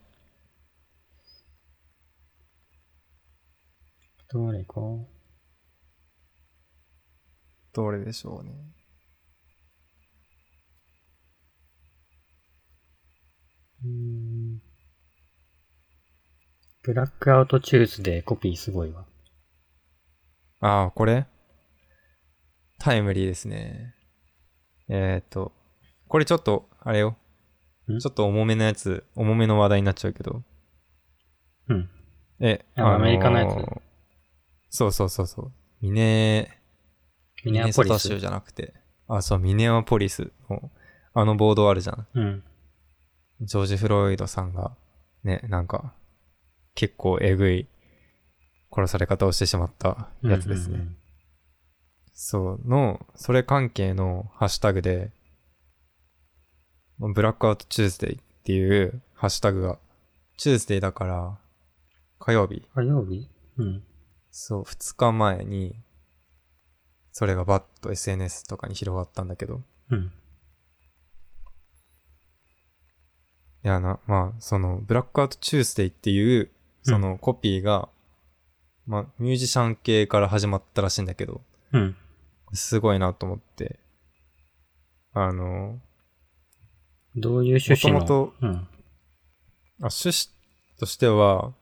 B: どれ行こ
A: どれでしょうね。
B: う。うーん。ブラックアウトチューズでコピーすごいわ。
A: ああ、これタイムリーですね。えっ、ー、と、これちょっと、あれよ。
B: ん
A: ちょっと重めのやつ、重めの話題になっちゃうけど。
B: うん。
A: え、
B: あアメリカのやつ
A: つ。そうそうそうそう。ミネ
B: ミネア
A: ミ
B: ポリ
A: ネ
B: ス
A: ソタ。州じゃなくて。あ、そう、ミネアポリスの、あのボードあるじゃん。
B: うん。
A: ジョージ・フロイドさんが、ね、なんか、結構えぐい殺され方をしてしまったやつですね。
B: うんうんうん
A: そう、の、それ関係のハッシュタグで、ブラックアウト・チューズデイっていうハッシュタグが、チューズデイだから、火曜日、
B: 火曜日うん。
A: そう、2日前に、それがバッと SNS とかに広がったんだけど、
B: うん。
A: いやな、まあ、その、ブラックアウトチュースデイっていう、そのコピーが、まあ、ミュージシャン系から始まったらしいんだけど、
B: うん。
A: すごいなと思って、あの、
B: どういう趣旨の
A: もとも
B: う
A: あ
B: ん。
A: 趣旨としては、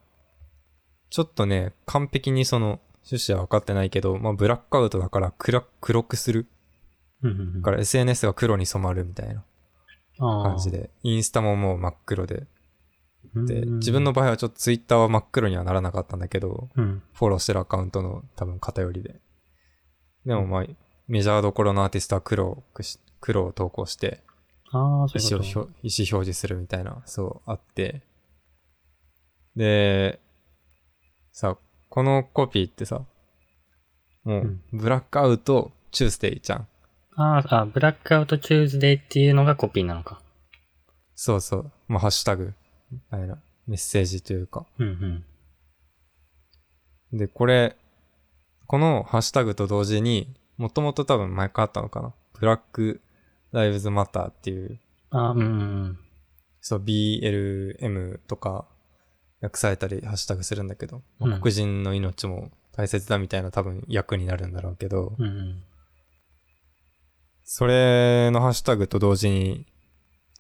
A: ちょっとね、完璧にその、趣旨は分かってないけど、まあ、ブラックアウトだから暗、黒くする。
B: うんうんうん
A: だから SNS が黒に染まるみたいな
B: あー
A: 感じで、インスタももう真っ黒で、って、自分の、場合はちょっとツイッターは真っ黒にはならなかったんだけど、
B: うん。
A: フォローしてるアカウントの多分偏りで。でもまあ、メジャーどころのアーティストは黒をくし、黒を投稿して、
B: ああ、そう
A: 意
B: い
A: 思
B: う
A: を
B: こと
A: 表意思表示するみたいな、そう、あって。で、さ、このコピーってさ、も
B: う、
A: うんブラックアウト、チュースデイじゃん。
B: あーあ、ブラックアウトチューズデイっていうのがコピーなのか。
A: そうそう。まあ、ハッシュタグ、みたいな、メッセージというか。
B: うん
A: で、これ、このハッシュタグと同時に、もともと多分前からあったのかな。ブラック・ライブズ・マターっていう、
B: うん。あーうんうん
A: そう、BLM とか、訳されたりハッシュタグするんだけど、まあ
B: うん
A: 黒人の命も大切だみたいな多分役になるんだろうけど、
B: うん。うんうん。
A: それのハッシュタグと同時に、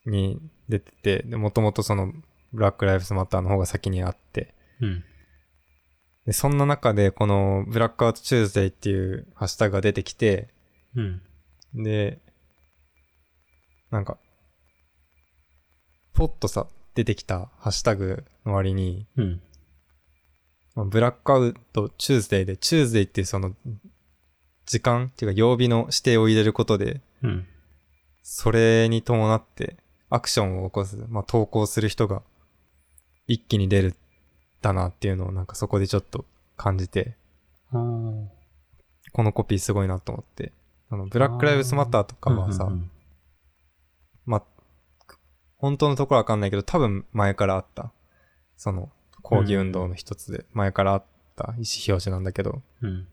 A: に出てて、で、もともとその、ブラック・ライブズ・マターの方が先にあって、
B: うん。
A: で、そんな中で、この、ブラックアウト・チューズデイっていうハッシュタグが出てきて、
B: うん。
A: で、なんか、ポッとさ、出てきたハッシュタグの割に、
B: うん。
A: まあブラックアウトチューズデイで、チューズデイっていうその、時間っていうか曜日の指定を入れることで、
B: うん。
A: それに伴ってアクションを起こす、まあ、投稿する人が一気に出る、だなっていうのをなんかそこでちょっと感じて、
B: あー
A: このコピーすごいなと思って。あの、ブラックライブスマターとかはさ、
B: うんうん
A: まあ、本当のところはわかんないけど、多分前からあった。その、抗議運動の一つで、前からあった意思表示なんだけど、
B: うんうん。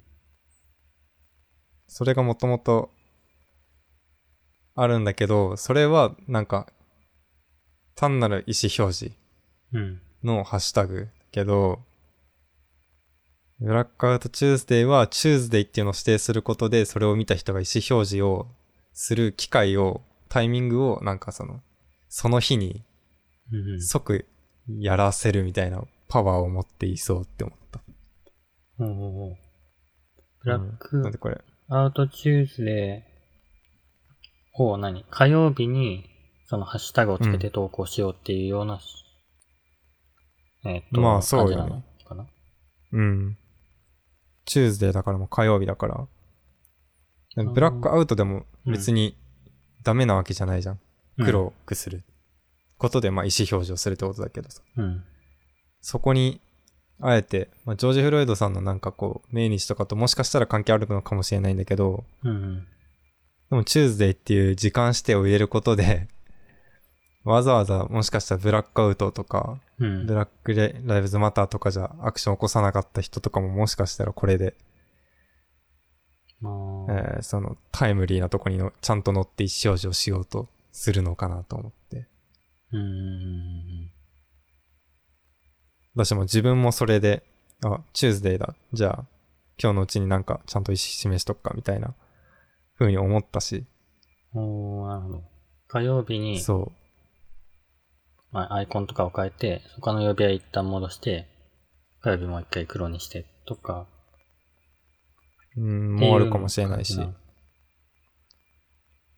A: それがもともとあるんだけど、それはなんか、単なる意思表示
B: うん。
A: のハッシュタグだけど、ブラックアウトチューズデイは、チューズデイっていうのを指定することで、それを見た人が意思表示をする機会を、タイミングを、なんかその、その日に
B: うんうん。
A: 即やらせるみたいなパワーを持っていそうって思った。
B: おうおうおうブラッ
A: うんなん
B: ク
A: でこれ。
B: アウトチューズデーを何火曜日にそのハッシュタグをつけて投稿しようっていうような、えーっと、
A: まあそうよね
B: 感じなのかな
A: うん。チューズデーだからもう火曜日だから。でもブラックアウトでも別にダメなわけじゃないじゃん。黒。くすることでまあ意思表示をするってことだけどさ。
B: うん。
A: そこに、あえて、まあ、ジョージ・フロイドさんのなんかこう、命日とかともしかしたら関係あるのかもしれないんだけど、
B: うんうん。
A: でも、チューズデイっていう時間指定を入れることで、わざわざもしかしたらブラックアウトとか、
B: うん。
A: ブラックレライブズマターとかじゃアクション起こさなかった人とかももしかしたらこれで、
B: ま
A: え
B: あ、
A: ーそのタイムリーなとこにのちゃんと乗って意思表示をしようとするのかなと思って。
B: うんうん
A: 私も自分もそれで、あ、チューズデイだ。じゃあ、今日のうちになんかちゃんと意思示しとくかみたいな風に思ったし、
B: うん。おおなるほど。火曜日に、
A: そ
B: まあ、アイコンとかを変えて、他の曜日は一旦戻して、火曜日もう一回黒にしてとか。
A: う。うん、もうあるかもしれないし。
B: うん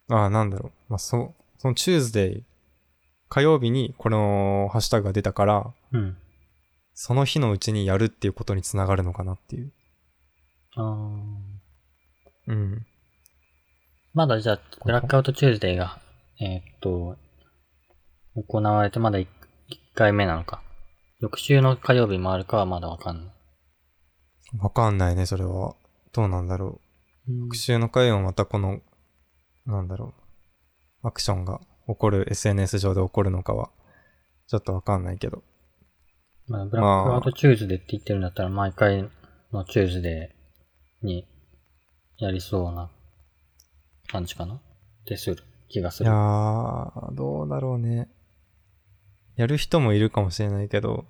A: ああ、なんだろう。まあ、そう、そのチューズデイ、火曜日にこのハッシュタグが出たから、
B: うん。
A: その日のうちにやるっていうことにつながるのかなっていう。
B: あー
A: うん。
B: まだじゃあ、ブラックアウトチューズデーが、えーっと、行われてまだ 1, 回目なのか。翌週の火曜日もあるかはまだわかんない。
A: わかんないね、それは。どうなんだろう。
B: 翌
A: 復習の回はまたこの、なんだろう。アクションが起こる、SNS 上で起こるのかは、ちょっとわかんないけど。
B: まあ、ブラックアウトチューズデーって言ってるんだったら、毎回のチューズデーにやりそうな感じかなってする気がす
A: い
B: る。
A: や
B: あ
A: ー、どうだろうね。やる人もいるかもしれないけど、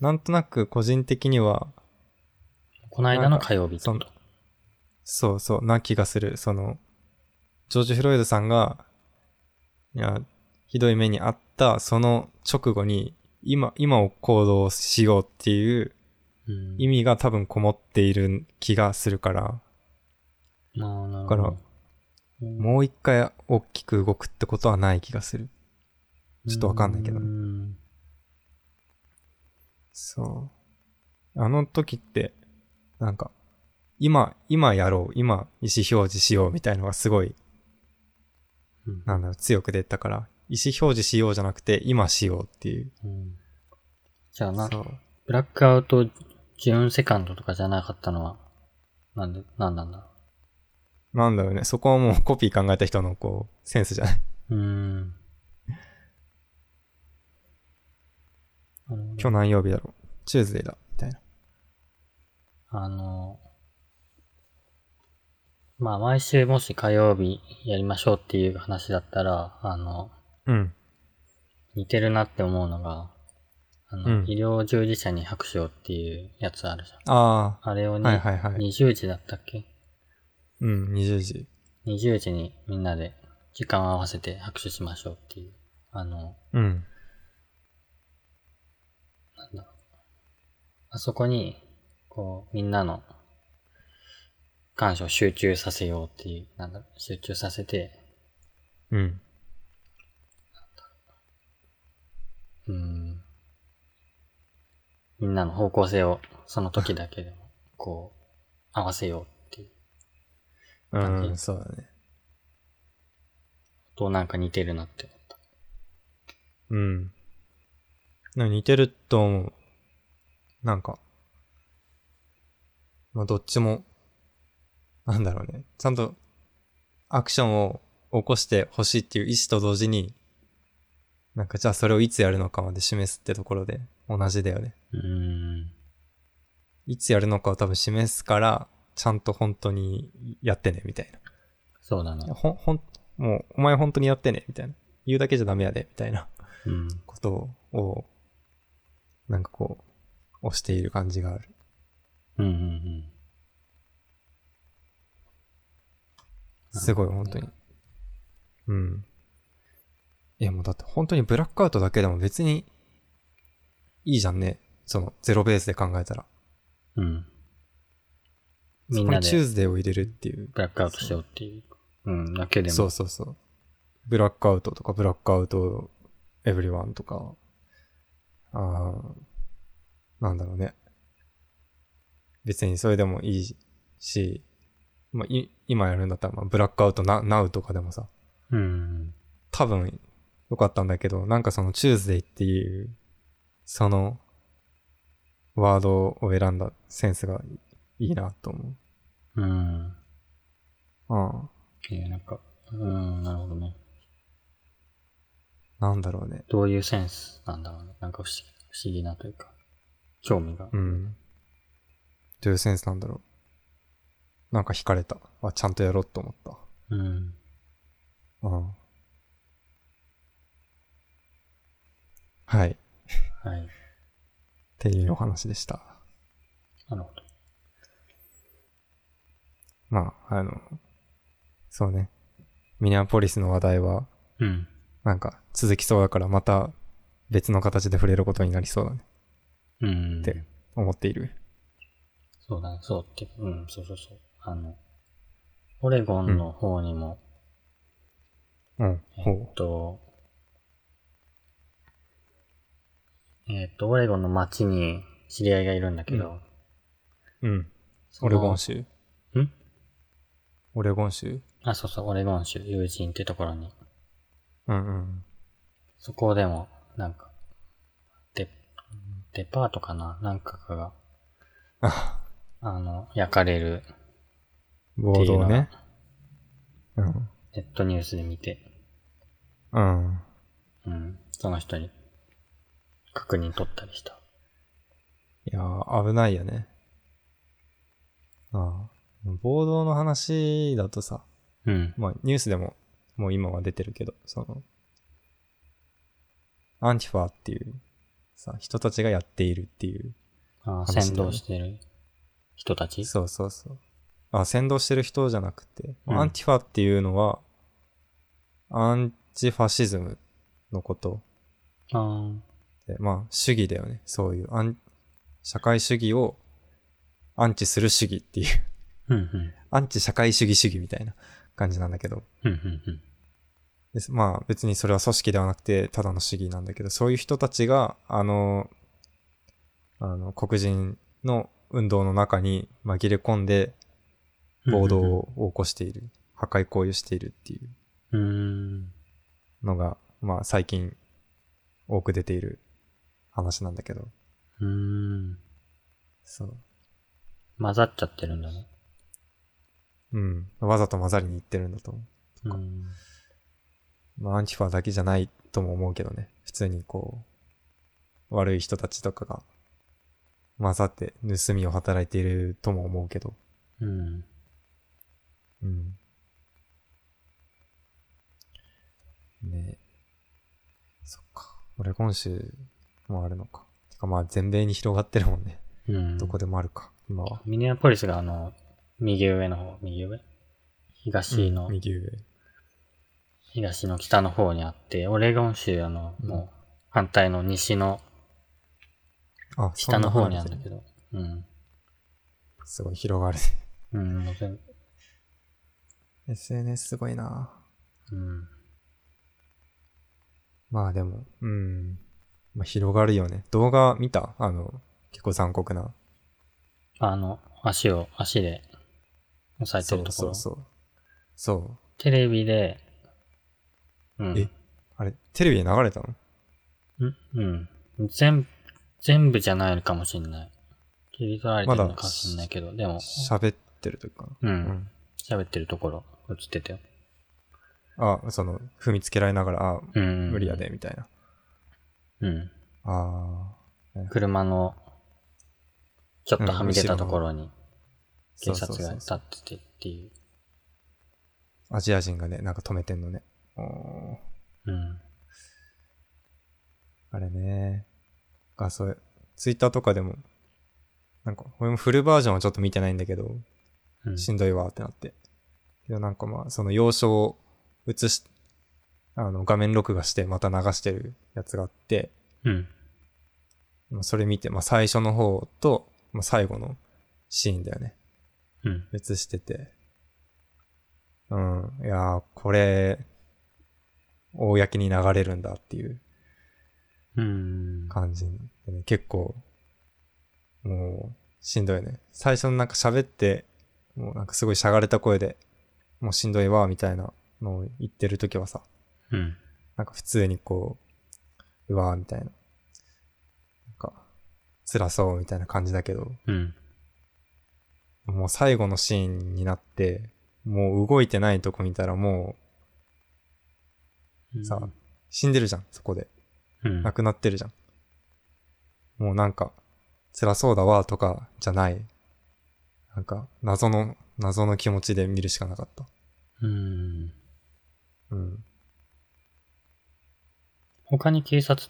A: なんとなく個人的には、
B: この間の火曜日って
A: そ
B: こ
A: の
B: と。
A: そうそう、な気がする。その、ジョージ・フロイドさんが、いや、ひどい目に遭った、その直後に、今、今を行動しようっていう
B: うん
A: 意味が多分こもっている気がするから、
B: まあ、なる
A: だ
B: ほ
A: から
B: ど。うん
A: もう一回大きく動くってことはない気がする。ちょっとわかんないけどね
B: うーん
A: そう。あの時って、なんか、今、今やろう、今意思表示しようみたいのがすごい、
B: うん
A: なんだろう、強く出たから、意思表示しようじゃなくて、今しようっていう。
B: うんじゃあな、
A: そう。
B: ブラックアウトジューンセカンドとかじゃなかったのは、なんで、なんなんだろ
A: なんだろうね、そこはもうコピー考えた人のこう、センスじゃない。
B: う。うーん。なるほど
A: 今日何曜日だろう。チューズデーだ。みたいな。
B: あの、まあ、毎週もし火曜日やりましょうっていう話だったら、あの、
A: うん。
B: 似てるなって思うのが、あの、
A: うん
B: 医療従事者に拍手をっていうやつあるじゃん。
A: あ
B: あれを
A: あ。
B: に、
A: はいはいはい。
B: 20時だったっけ
A: うん、20時。
B: ?20 時にみんなで時間を合わせて拍手しましょうっていう。あの、
A: うん。
B: なんだろう。あそこに、こう、みんなの感謝を集中させようっていう、なんだろう、集中させて、
A: うん。
B: うーん。みんなの方向性を、その時だけでも、こう、合わせようっていう。
A: う
B: 感
A: ん、
B: じ
A: そうだね。
B: となんか似てるなって思った。
A: うん。なんか似てると思う。なんか、まあどっちも、なんだろうね。ちゃんとアクションを起こしてほしいっていう意思と同時に、なんかじゃあそれをいつやるのかまで示すってところで同じだよね。
B: うーん。
A: いつやるのかを多分示すから、ちゃんと本当にやってね、みたいな。
B: そうだ
A: いや
B: な。
A: ほん、ほん、もうお前本当にやってね、みたいな。言うだけじゃダメやで、みたいな。
B: うん。
A: ことを、なんかこう、押している感じがある。
B: うんうんうん。
A: すごい、本当に。うん。いや、もうだって本当にブラックアウトだけでも別に、いいじゃんね。その、ゼロベースで考えたら。
B: うん。み
A: そ
B: ん
A: こ
B: な
A: に
B: で
A: チューズデーを入れるっていう。
B: ブラックアウトしようっていう。うん。だけでも。
A: そうそうそう。ブラックアウトとか、ブラックアウト、エブリワンとか、あーなんだろうね。別にそれでもいいし、まあ、い今やるんだったら、まあ、ブラックアウトな、ナウとかでもさ、
B: うんうん
A: 多分良かったんだけど、なんかそのチューズデイっていう、その、ワードを選んだセンスがいいなと思
B: うん。うん。
A: う。うん。
B: えー、なんか、うん、なるほどね。
A: なんだろうね。
B: どういうセンスなんだろうね。なんか不思議不思議なというか、興味が。
A: うん。どういうセンスなんだろう。なんか惹かれた。あ、ちゃんとやろうと思っ
B: うん。
A: た。うん。はい。っ
B: はい。
A: ていうお話でした。
B: なるほど。
A: まあ、あの、そうね。ミネアポリスの話題は、
B: うん。
A: なんか続きそうだからまた別の形で触れることになりそうだね。
B: うん。
A: で思っている。
B: そうだね、そうって、うん、そうそうそう。あの、オレゴンの方にも、
A: うん。ほ
B: えっと、えっと、オレゴンの町に知り合いがいるんだけど、
A: う。うん。
B: そ
A: オ
B: の
A: レゴン州。
B: ん
A: オレゴン州
B: あ、そうそう、オレゴン州友人ってところに、
A: うんうん。
B: そこでも、なんか、デ、デパートかななんかが、
A: あ、
B: あの、焼かれる
A: 暴動ね。うん。
B: ネットニュースで見て、
A: うん。
B: うん、その人に確認取ったりした。
A: いやー、危ないよね。ああ。暴動の話だとさ、
B: うん、
A: まあニュースでも、もう今は出てるけど、その、アンティファーっていう、さ、人たちがやっているっていう。
B: あー
A: 話
B: 先
A: だよね
B: 導してる人たち
A: そうそうそう。あ、先導してる人じゃなくて、
B: うん
A: アンティファっていうのは、アンチファシズムのこと
B: あー
A: で、まあ主義だよね。そういう、アン、社会主義をアンチする主義っていう。
B: うんうん。
A: アンチ社会主義主義みたいな感じなんだけど。
B: うんうんうん。
A: ですまあ別にそれは組織ではなくてただの主義なんだけど、そういう人たちが、あの、あの、黒人の運動の中に紛れ込んで、暴動を起こしている、破壊行為をしているっていう
B: うんうん
A: のが、まあ最近多く出ている話なんだけど、
B: うん。うん。
A: そう。
B: 混ざっちゃってるんだね。
A: うん。わざと混ざりに行ってるんだと思
B: うん。
A: う。まあアンチファだけじゃないとも思うけどね。普通にこう、悪い人たちとかが混ざって盗みを働いているとも思うけど、
B: うん。
A: うん。ねえ。そっか。俺今週もあるのか。てかまあ全米に広がってるもんね。
B: うん。
A: どこでもあるか、今は。
B: ミネアポリスがあの、右上の方、右上東の、
A: 右上。
B: 東の北の方にあって、オレゴン州あの、
A: うん
B: もう反対の西の
A: あ、
B: 北の方にあるん
A: そ
B: だ
A: な
B: けど。うん。
A: 話すごい広がる。
B: うん。全然
A: SNS すごいな
B: うん。
A: まあでも、うん。まあ広がるよね。動画見たあの、結構残酷な。
B: あの、足を、足で押さえて
A: そ
B: る
A: う
B: とこ
A: そ
B: ろ。
A: うそう。そう。
B: テレビで、うん。
A: えあれ、テレビで流れたの
B: うん。うん。全、全部じゃないかもしんない。切り取られてるの
A: まだ
B: かもしんないけど、でも、
A: 喋ってる時か
B: う。
A: な。うんん。
B: 喋ってるところ映ってたよ。
A: あ、その、踏みつけられながら、あ、
B: うん。
A: 無理やで、。みたいな。
B: うん。
A: ああ。
B: 車の、ちょっとはみ出たところに
A: そ
B: 警
A: うそ
B: 察
A: う
B: が
A: そう
B: 立っててっていう。
A: アジア人がね、なんか止めてんのね。おー
B: うん。
A: あれね。あ、そう、ツイッターとかでも、なんか、俺もフルバージョンはちょっと見てないんだけど、
B: うん
A: しんどいわってなって。けどなんかまあ、その要所を映し、あの、画面録画してまた流してるやつがあって、
B: うん。
A: まあそれ見て、まあ最初の方と、まあ最後のシーンだよね。
B: うん。
A: 映してて。うん。いやー、これ、公に流れるんだっていう
B: うん。
A: 感じでね、結構、もう、しんどいね。最初のなんか喋って、もうなんかすごいしゃがれた声で、もうしんどいわ、みたいなのを言ってるときはさ、
B: うん。
A: なんか普通にこう、うわーみたいな。なんか、辛そうみたいな感じだけど、
B: うん。
A: もう最後のシーンになって、もう動いてないとこ見たらも
B: うん
A: うさ、死んでるじゃん、そこで。
B: うん。
A: なくなってるじゃん。もうなんか、辛そうだわとかじゃない。なんか、謎の、謎の気持ちで見るしかなかった。
B: うん。
A: うん。
B: 他に警察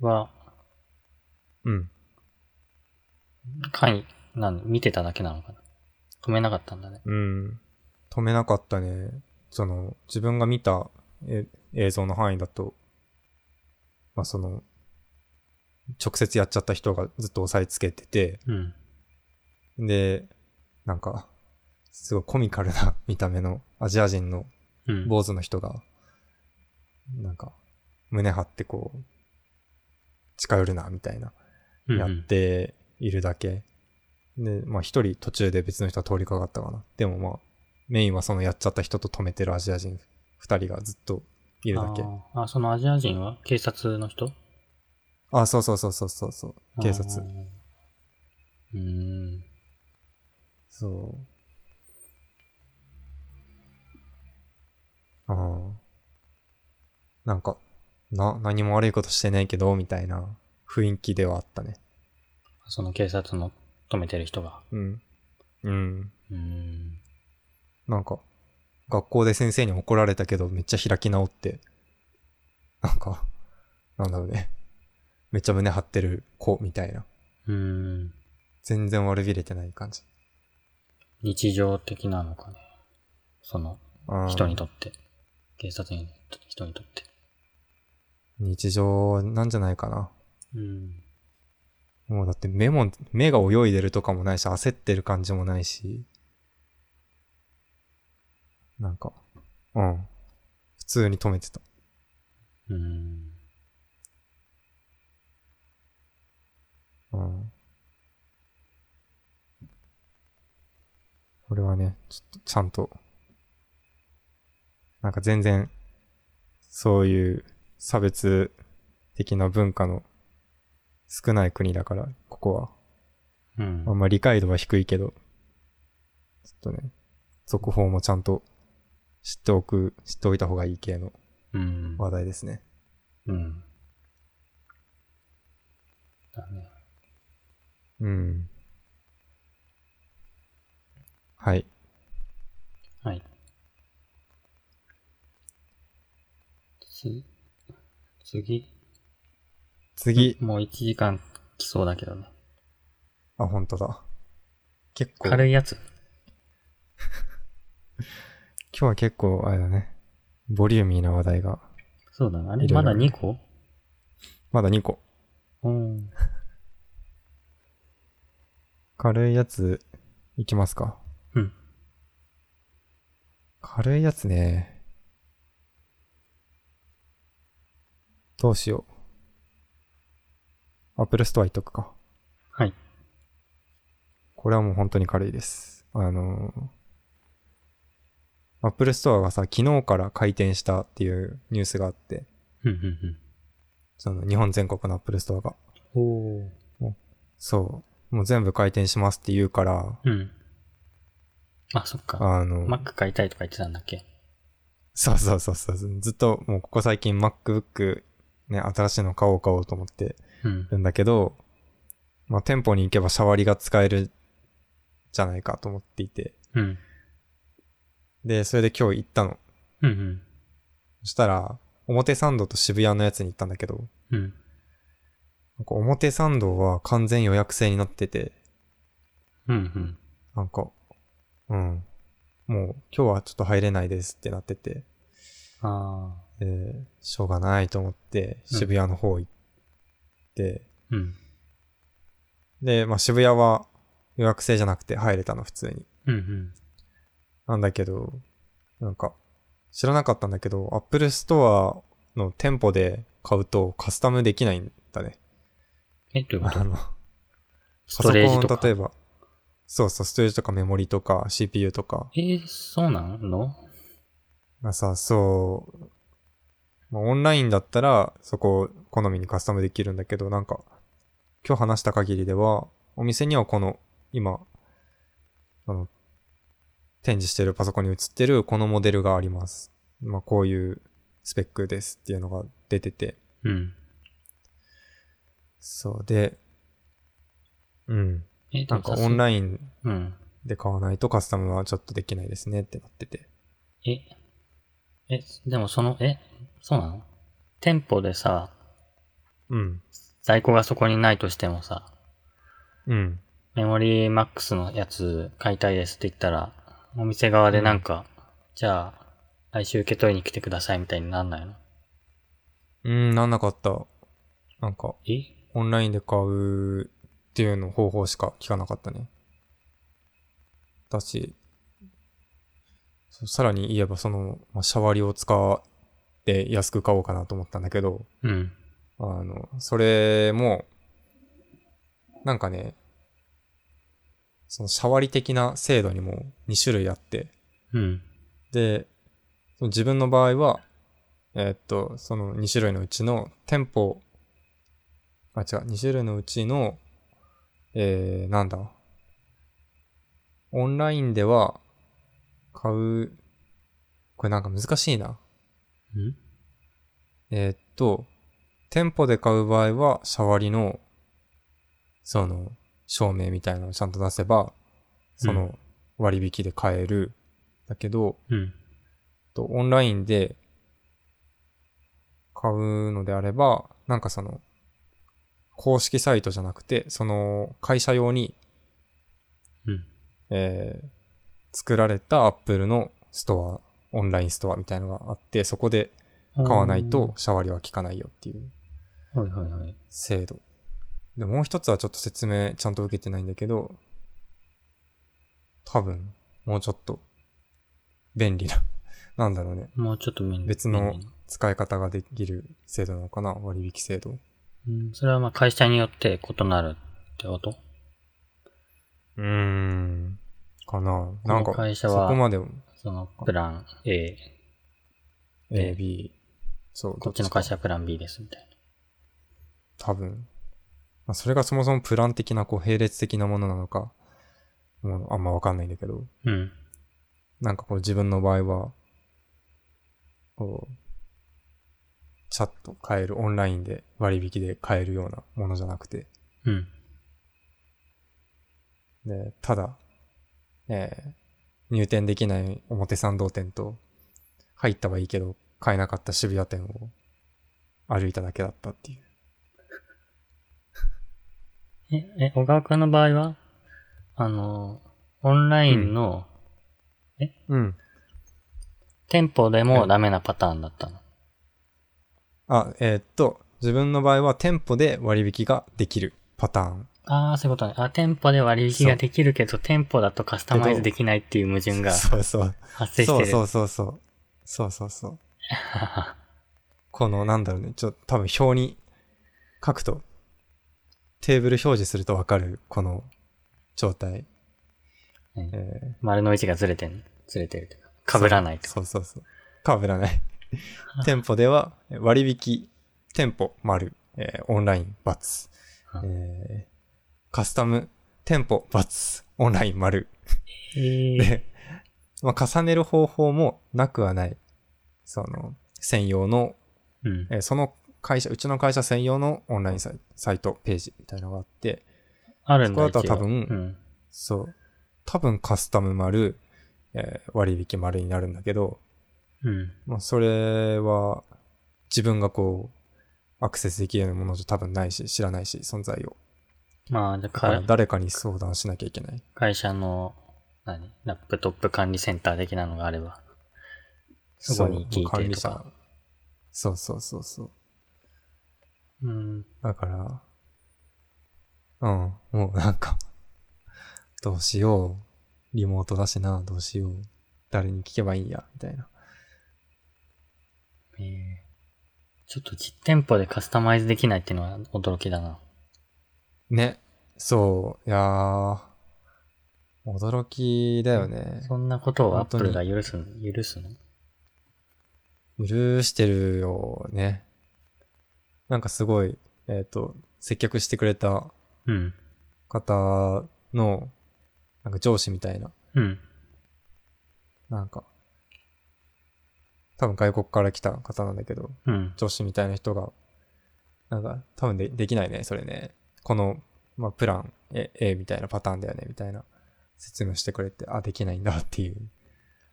B: は、
A: うん。
B: 会、なん見てただけなのかな止めなかったんだね。
A: うん。止めなかったね。その、自分が見たえ映像の範囲だと、まあその、直接やっちゃった人がずっと押さえつけてて、
B: うん。
A: で、なんか、すごいコミカルな見た目のアジア人の
B: うん。
A: 坊主の人が、なんか、胸張ってこう、近寄るな、みたいな、
B: うん
A: やっているだけ。で、まあ一人途中で別の人は通りかかったかな。でもまあ、メインはそのやっちゃった人と止めてるアジア人二人がずっといるだけ。あ
B: あーあ、そのアジア人は警察の人
A: そうそうそうそうそうそう、警察。。
B: あーうん。
A: そう。ああ。なんか、な、何も悪いことしてないけど、みたいな雰囲気ではあったね。
B: その警察の止めてる人が。
A: うん。うん。
B: うん。
A: なんか、学校で先生に怒られたけど、めっちゃ開き直って、なんか、なんだろうね。めっちゃ胸張ってる子、みたいな。
B: うん。
A: 全然悪びれてない感じ。
B: 日常的なのかね。その
A: うん
B: 人にとって。警察にとって、人にとって。
A: 日常なんじゃないかな。
B: うん。
A: もうだって目も、目が泳いでるとかもないし、焦ってる感じもないし、なんか、うん。普通に止めてた。
B: うん。
A: うん。これはね、ちょっとちゃんと、なんか全然、そういう差別的な文化の少ない国だから、ここは。
B: うん
A: あ。んま理解度は低いけど、ちょっとね、続報もちゃんと知っておく、知っておいた方がいい系の
B: うん。
A: 話題ですね。
B: うん。だね。
A: うん。はい。
B: はい。つ、次、
A: 次。
B: もう1時間来そうだけどね。
A: あ、本当だ。結構、今
B: 軽いやつ
A: 日は結構、あれだね。ボリューミーな話題が。
B: そうだな。あ
A: い
B: れ、
A: ろ
B: ま
A: いろ
B: だ2個
A: まだ2個。
B: うん。
A: 軽いやつ、いきますか。
B: うん。
A: 軽いやつね。どうしよう。Apple Store 行っとくか。
B: はい。
A: これはもう本当に軽いです。あのー、Apple Store がさ、昨日から開店したっていうニュースがあって、
B: うんうん
A: その日本全国の Apple Store が。
B: うん。おー。
A: そう。もう全部開店しますって言うから、
B: うん。あ、そっか。
A: あの、
B: Mac 買いたいとか言ってたんだっけ
A: そうそうそうそう。ずっともうここ最近 MacBook ね、新しいの買おう買おうと思って
B: うん。
A: るんだけど、まあ店舗に行けばシャワリが使えるじゃないかと思っていて。
B: うん。
A: で、それで今日行ったの。
B: うんうん。
A: そしたら、表参道と渋谷のやつに行ったんだけど、
B: うん。
A: なんか表参道は完全予約制になってて、
B: うん
A: なんか、うん。もう今日はちょっと入れないですってなってて、
B: うん。あ
A: でしょうがないと思って
B: うん
A: 渋谷の方行って、
B: ー。うん。
A: で、まあ、渋谷は予約制じゃなくて入れたの、普通に。
B: うんうん。
A: なんだけど、なんか、知らなかったんだけど、Apple Store の店舗で買うとカスタムできないんだね。
B: え、どういう こ
A: あ
B: と
A: の、
B: ストレージと
A: パソコン
B: か。
A: 例えば、そうそう、ストレージとかメモリとか CPU とか
B: えー、そうなの
A: がさ、そう、まあ、オンラインだったらそこ好みにカスタムできるんだけど、なんか、今日話した限りでは、お店にはこの、今、あの、展示してるパソコンに映ってるこのモデルがあります。まあ、こういうスペックですっていうのが出てて、
B: うん。
A: そうで、うん。
B: え、
A: なんかオン
B: イ
A: ライン
B: ン。うん。
A: で買わないとカスタムはちょっとできないですねってなってて。
B: え、え、でもその、え、そうなの店舗でさ、
A: うん。
B: 在庫がそこにないとしてもさ、
A: うん。
B: メモリーマックスのやつ買いたいですって言ったら、お店側でなんか、じゃあ、来週受け取りに来てくださいみたいになんないの
A: うん、なんなかった。なんか、
B: え
A: オンラインで買うっていうの方法しか聞かなかったね。だし、そさらに言えばその、まあ、シャワリを使って安く買おうかなと思ったんだけど、
B: うん。
A: あの、それも、なんかね、そのシャワリ的な制度にも2種類あって、
B: うん。
A: で、その自分の場合は、えーっと、その2種類のうちの店舗、あ、違う、2種類のうちの、えー、なんだ、オンラインでは買う、これなんか難しいな。
B: うん
A: えーっと、店舗で買う場合は、シャワリの、その、証明みたいなのをちゃんと出せば、そうの、割引で買える。だけど、
B: うん。
A: と、オンラインで買うのであれば、なんかその、公式サイトじゃなくて、その会社用に、
B: うん。
A: えー作られた Apple のストア、オンラインストアみたいのがあって、そこで買わないとシャワリは効かないよっていう
B: うん。はいはいはい。
A: 制度。で、もう一つはちょっと説明ちゃんと受けてないんだけど、多分、もうちょっと、便利な、なんだろうね。
B: もうちょっと見ん
A: 別の使い方ができる制度なのかな割引制度。
B: うん。それはまあ会社によって異なるってこと
A: うーん。かかな
B: こ
A: なん
B: の
A: か、
B: 会社
A: そ
B: は
A: こまでも、
B: そのプラン A、
A: A、B、そう、
B: こっちの
A: どか
B: 会社はプラン B ですみたい
A: 多分。まあ、それがそもそもプラン的な、こう、並列的なものなのか、もうあんまわかんないんだけど、
B: な。うん。
A: なんかこう自分の場合は、こう、チャット買える、オンラインで割引で買えるようなものじゃなくて、
B: うん。
A: で、ただ、えー入店できない表参道店と、入ったはいいけど、買えなかった渋谷店を歩いただけだったっていう。
B: え、え、小川くんの場合は、あの、オンラインの
A: うん。
B: 店舗で
A: う
B: も
A: ん
B: ダメなパターンだったの。
A: あ、えーっと、自分の場合は店舗で割引ができるパターン。
B: ああ、そういうことね。あ、店舗で割引ができるけど、店舗だとカスタマイズできないっていう矛盾が
A: そうそう。
B: 発生して
A: そ
B: る。
A: うそうそうそう。そうそうそう。
B: あ
A: この、なんだろうね、ちょっと多分表に書くと、テーブル表示するとわかる、この状態。
B: うん
A: えー
B: 丸の位置がずれてん、ずれてるというか。被らないと。
A: そうそうそう。かぶらない。店舗ではえ割引、店舗丸、えーオンライン×、
B: うん
A: えーカスタム、店舗×、オンライン丸。
B: えー、
A: で、まあ、重ねる方法もなくはない。その、専用の、
B: うん。
A: えーその会社、うちの会社専用のオンラインサイサイト、ページみたいなのがあって、
B: あるんだ
A: そこだと多分
B: 一応うん。
A: そう。多分カスタム丸、えー割引丸になるんだけど、
B: うん。
A: まあ、それは自分がこう、アクセスできるようなものじゃ多分ないし、知らないし、存在を。
B: まあ、じ
A: だ
B: ゃあ
A: から
B: か、
A: 誰かに相談しなきゃいけない。
B: 会社の、何ラップトップ管理センター的なのがあれば。そこに聞
A: そ
B: い
A: う管
B: て
A: 理
B: とか
A: 者。。そうそうそうそう。
B: うん。
A: だから、うん、もうなんか、 どうしよう。リモートだしな、どうしよう。誰に聞けばいいんや、みたいな。
B: えー、ちょっと実店舗でカスタマイズできないっていうのは驚きだな。
A: ね。そう、いやー、驚きだよね。
B: そんなことをアップル
A: 本当
B: が許すの許すの
A: 許してるよね。なんかすごい、えっ、と、接客してくれた
B: うん。
A: 方の、なんか上司みたいな、
B: うん。
A: なんか、多分外国から来た方なんだけど、
B: うん。
A: 上司みたいな人が、なんか、多分でできないね、それね。この、まあ、プラン A, A みたいなパターンだよね、みたいな説明してくれて、あ、できないんだっていう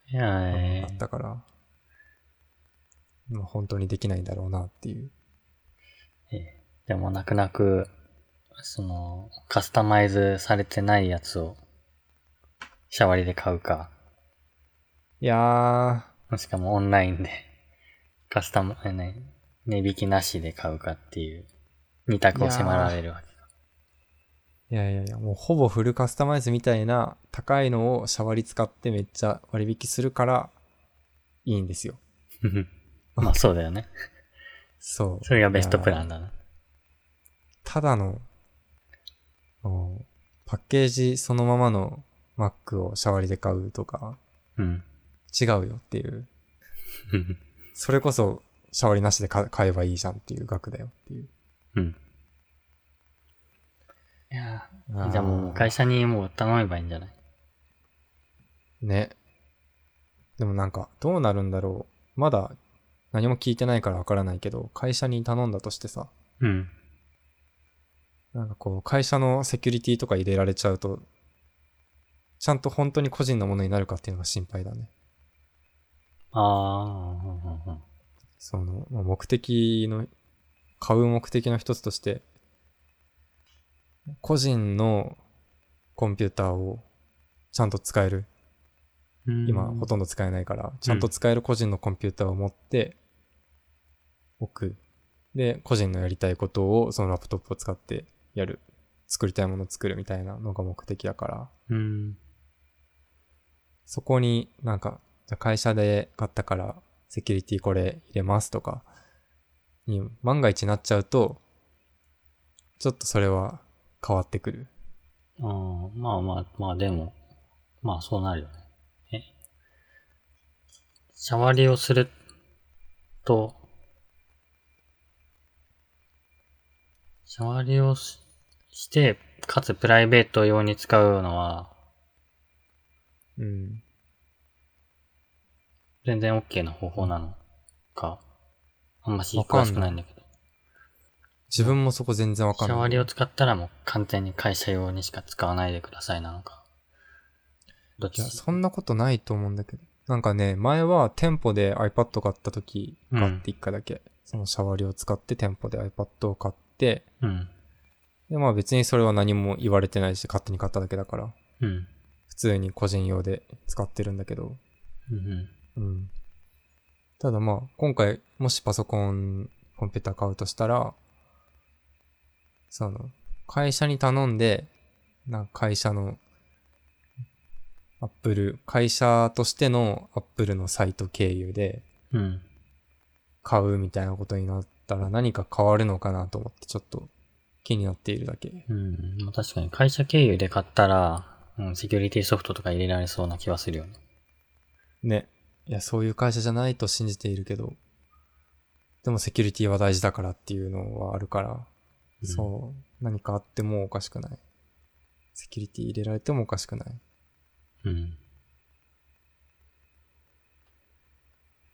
B: いや、
A: の
B: え
A: があったから、まあ本当にできないんだろうなっていう。
B: ーえーでも泣く泣く、その、カスタマイズされてないやつを、シャワリで買うか、
A: いやー、
B: しかもオンラインで、カスタム、えね、値引きなしで買うかっていう、二択を迫られるわけ。
A: いやいやいや、もうほぼフルカスタマイズみたいな高いのをシャワリ使ってめっちゃ割引するからいいんですよ。
B: まあそうだよね。
A: そう。
B: それがベストプ
A: ン。
B: ランだな。
A: ただの、うんパッケージそのままの Mac をシャワリで買うとか
B: うん。
A: 違うよっていう。それこそシャワリなしで買買えばいいじゃんっていう額だよっていう。
B: うん。いや
A: あー
B: ーじゃあもう会社にもう頼めばいいんじゃない
A: ね。でもなんか、どうなるんだろう。まだ何も聞いてないからわからないけど、会社に頼んだとしてさ、
B: うん。
A: なんかこう、会社のセキュリティとか入れられちゃうと、ちゃんと本当に個人のものになるかっていうのが心配だね。
B: ああ、うんうんうん
A: その、まあ目的の、買う目的の一つとして、個人のコンピューターをちゃんと使える。
B: うん。
A: 今ほとんど使えないから、ちゃんと使える個人のコンピューターを持っておく。で、個人のやりたいことをそのラップトップを使ってやる。作りたいものを作るみたいなのが目的だから。
B: うん。
A: そこになんか、じゃあ会社で買ったからセキュリティこれ入れますとか、に万が一なっちゃうと、ちょっとそれは変わってくる。
B: ああ、まあまあ、まあでも、まあそうなるよね。えシャワリをすると、シャワリをしして、かつプライベート用に使うのは
A: うん。
B: 全然 OK な方法なのか、あんまし詳しくないんだけど。
A: 自分もそこ全然わ
B: シ
A: かん
B: ャ
A: ない。
B: ワリを使ったらもう完全に会社用にしか使わないでくださいなのか。どっ
A: い
B: ち
A: や、そんなことないと思うんだけど。なんかね、前は店舗で iPad 買った時があって一回だけ、そのシャワリを使って店舗で iPad を買って、
B: うん。
A: で、まあ別にそれは何も言われてないし、勝手に買っただけだから、
B: うん。
A: 普通に個人用で使ってるんだけど、
B: うん。
A: うん。ただまあ、今回、もしパソコン、コンピューター買うとしたら、その、会社に頼んで、なんか会社の、アップル、会社としてのアップルのサイト経由で
B: うん。
A: 買うみたいなことになったら何か変わるのかなと思ってちょっと気になっているだけ。
B: うん。まあ確かに会社経由で買ったら、うん、セキュリティソフトとか入れられそうな気はするよね。
A: ね。いや、そういう会社じゃないと信じているけど、でもセキュリティは大事だからっていうのはあるから、
B: うん
A: そう、何かあってもおかしくない。セキュリティ入れられてもおかしくない。
B: うん。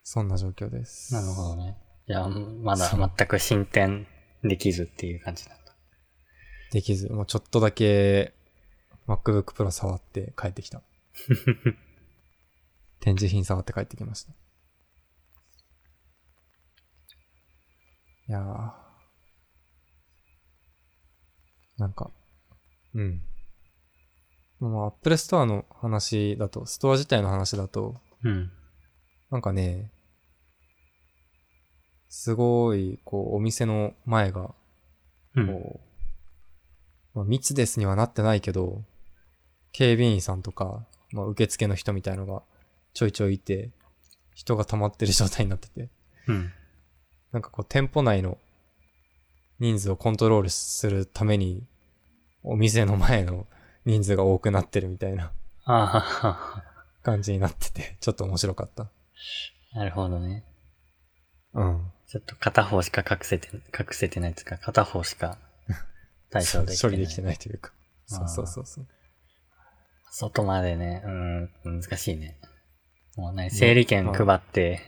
A: そんな状況です。
B: なるほどね。いや、まだ
A: そう
B: 全く進展できずっていう感じなんだ。
A: できず、もうちょっとだけ MacBook Pro 触って帰ってきた。 展示品触って帰ってきました。いやー。なんか、うん。まあ、Apple Store の話だと、ストア自体の話だと、
B: うん。
A: なんかね、すごい、こう、お店の前が
B: うん。
A: こう、まあ、密ですにはなってないけど、警備員さんとか、まあ、受付の人みたいのがちょいちょいいて、人が溜まってる状態になってて、
B: うん。
A: なんかこう店舗内の人数をコントロールするために、お店の前の人数が多くなってるみたいな
B: あ
A: 感じになってて、ちょっと面白かった。
B: あ、なるほどね。
A: うん。
B: ちょっと片方しか隠せて、隠せてないっていうか、片方しか対処 でき
A: 処
B: てない。
A: 理できてないというか。そうそうそうそう。
B: 外までね、うーん、難しいね。もうね、整理券配って、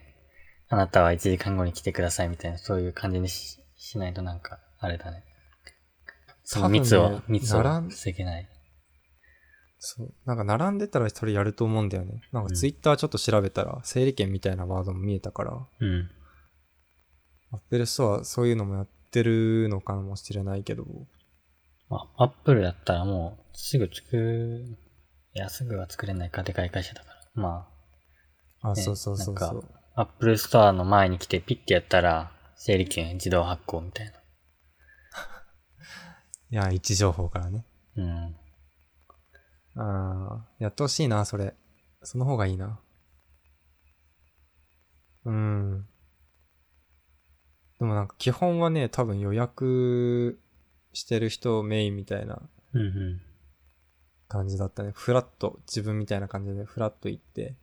B: あなたは1時間後に来てくださいみたいな、そういう感じにししないとなんか、あれだね。その密
A: 多
B: を
A: 分ね、
B: 密を
A: 並ん
B: 防げない。
A: そう。なんか並んでたらそれやると思うんだよね。なんか
B: うん
A: ツイッターちょっと調べたら、整理券みたいなワードも見えたから、
B: うん。
A: アップルストアそういうのもやってるのかもしれないけど、
B: まあ、アップルだったらもう、すぐ作、いや、すぐは作れないか、でかい会社だから。ま
A: あ、
B: ね
A: そうそうそうそ
B: なん
A: う。
B: あ、アップルストアの前に来てピッてやったら、整理券自動発行みたいな。
A: いや、位置情報からね。
B: うん。
A: あーやってほしいな、それ。その方がいいな。うん。でもなんか基本はね、多分予約してる人メインみたいな
B: うんうん。
A: 感じだったね。フラット、自分みたいな感じでフラッと行って、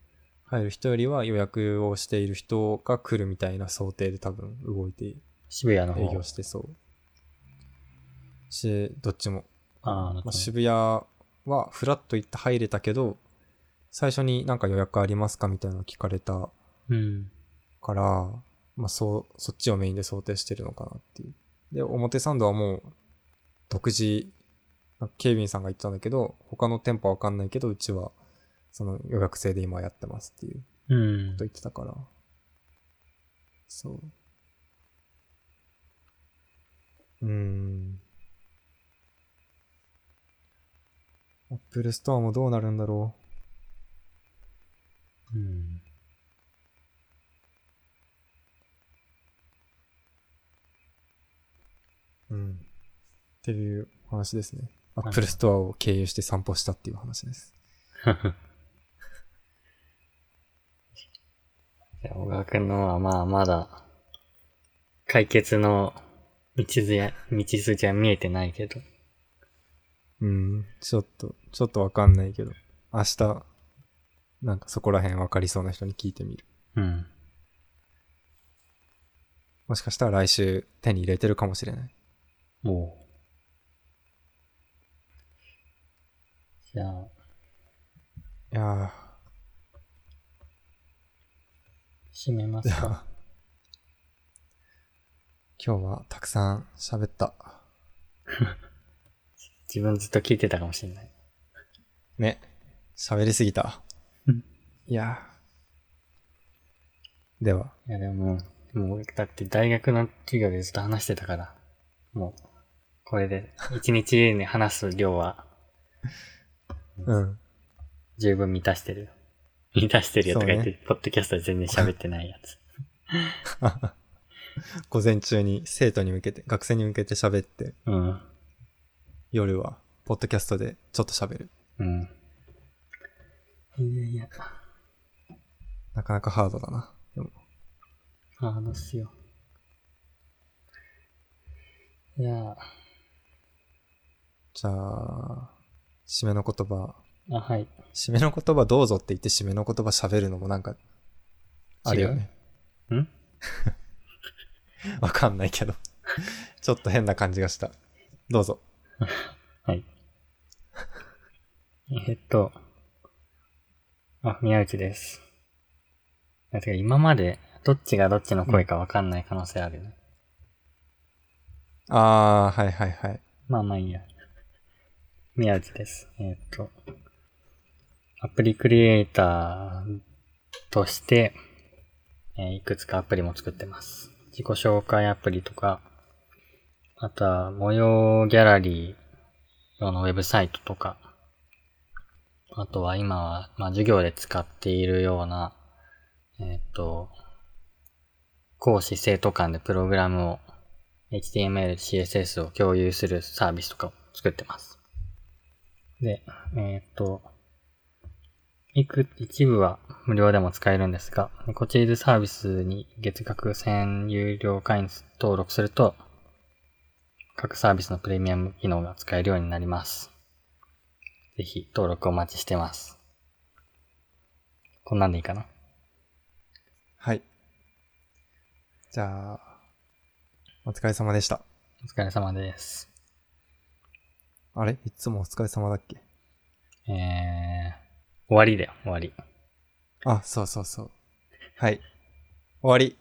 A: 入る人よりは予約をしている人が来るみたいな想定で多分動いて営
B: 渋谷の方。
A: 業してそう。し、どっちも。
B: ああ、な
A: ま
B: るほ
A: あ、
B: ど。
A: 渋谷はフラッと行って入れたけど、最初になんか予約ありますかみたいなの聞かれた
B: うん。
A: から、まあそう、そっちをメインで想定してるのかなっていう。で、表参道はもう、独自、なんか警備員さんが言ってたんだけど、他の店舗はわかんないけど、うちは、その予約制で今やってますっていう
B: うん
A: こと。言ってたから。そう。うーん。アップルストアもどうなるんだろう。
B: うん。
A: うん。っていう話ですね。ア
B: るほど
A: ップルストアを経由して散歩したっていう話です。
B: じゃあ小川くんのはまあまだ、解決の道筋は、道筋は見えてないけど。
A: うん。ちょっと、ちょっとわかんないけど。明日、なんかそこら辺わかりそうな人に聞いてみる。
B: うん。
A: もしかしたら来週手に入れてるかもしれない。
B: おうじゃあ、
A: いや
B: 閉めま
A: ー、じ
B: す
A: ゃ
B: か。
A: あ、今日はたくさん喋った。
B: 自分ずっと聞いてたかもしれない。
A: ね、喋りすぎた
B: うん。
A: いやー。では、
B: いやでも、もう、だって大学の授業でずっと話してたから、もう、これで、一日に話す量は
A: うん。
B: 十分満たしてるよ。満たしてるよとか言って、
A: そ
B: ポッドキャストで全然喋ってないやつ。
A: 午前中に生徒に向けて、学生に向けて喋って、
B: うん。
A: 夜は、ポッドキャストでちょっと喋る。
B: うん。いやいや、
A: なかなかハードだな。でも
B: ハードっすよ。いやあ、
A: じゃあ、締めの言葉、
B: あ、はい。
A: 締めの言葉どうぞって言って締めの言葉喋るのもなんか、あるよね。
B: ん
A: わかんないけど。 ちょっと変な感じがした。どうぞ。
B: はい。えっと、あ、宮内です。だってか今まで、どっちがどっちの声かわかんない可能性あるよね。
A: あー、はいはいはい。
B: まあまあいいや。宮内です。えーっと、アプリクリエイターとして、えーいくつかアプリも作ってます。自己紹介アプリとか、あとは模様ギャラリー用のウェブサイトとか、あとは今は、まあ、授業で使っているような、えーっと、講師生徒間でプログラムを HTML、CSS を共有するサービスとかを作ってます。で、えーっと、いく、一部は無料でも使えるんですが、ネコチーズサービスに月額1000有料会員登録すると、各サービスのプレミアム機能が使えるようになります。ぜひ登録お待ちしてます。こんなんでいいかな
A: はい。じゃあ、お疲れ様でした。
B: お疲れ様です。
A: あれいつもお疲れ様だっけ
B: えー、終わりだよ、終わり。
A: あ、そうそうそう。はい。終わり。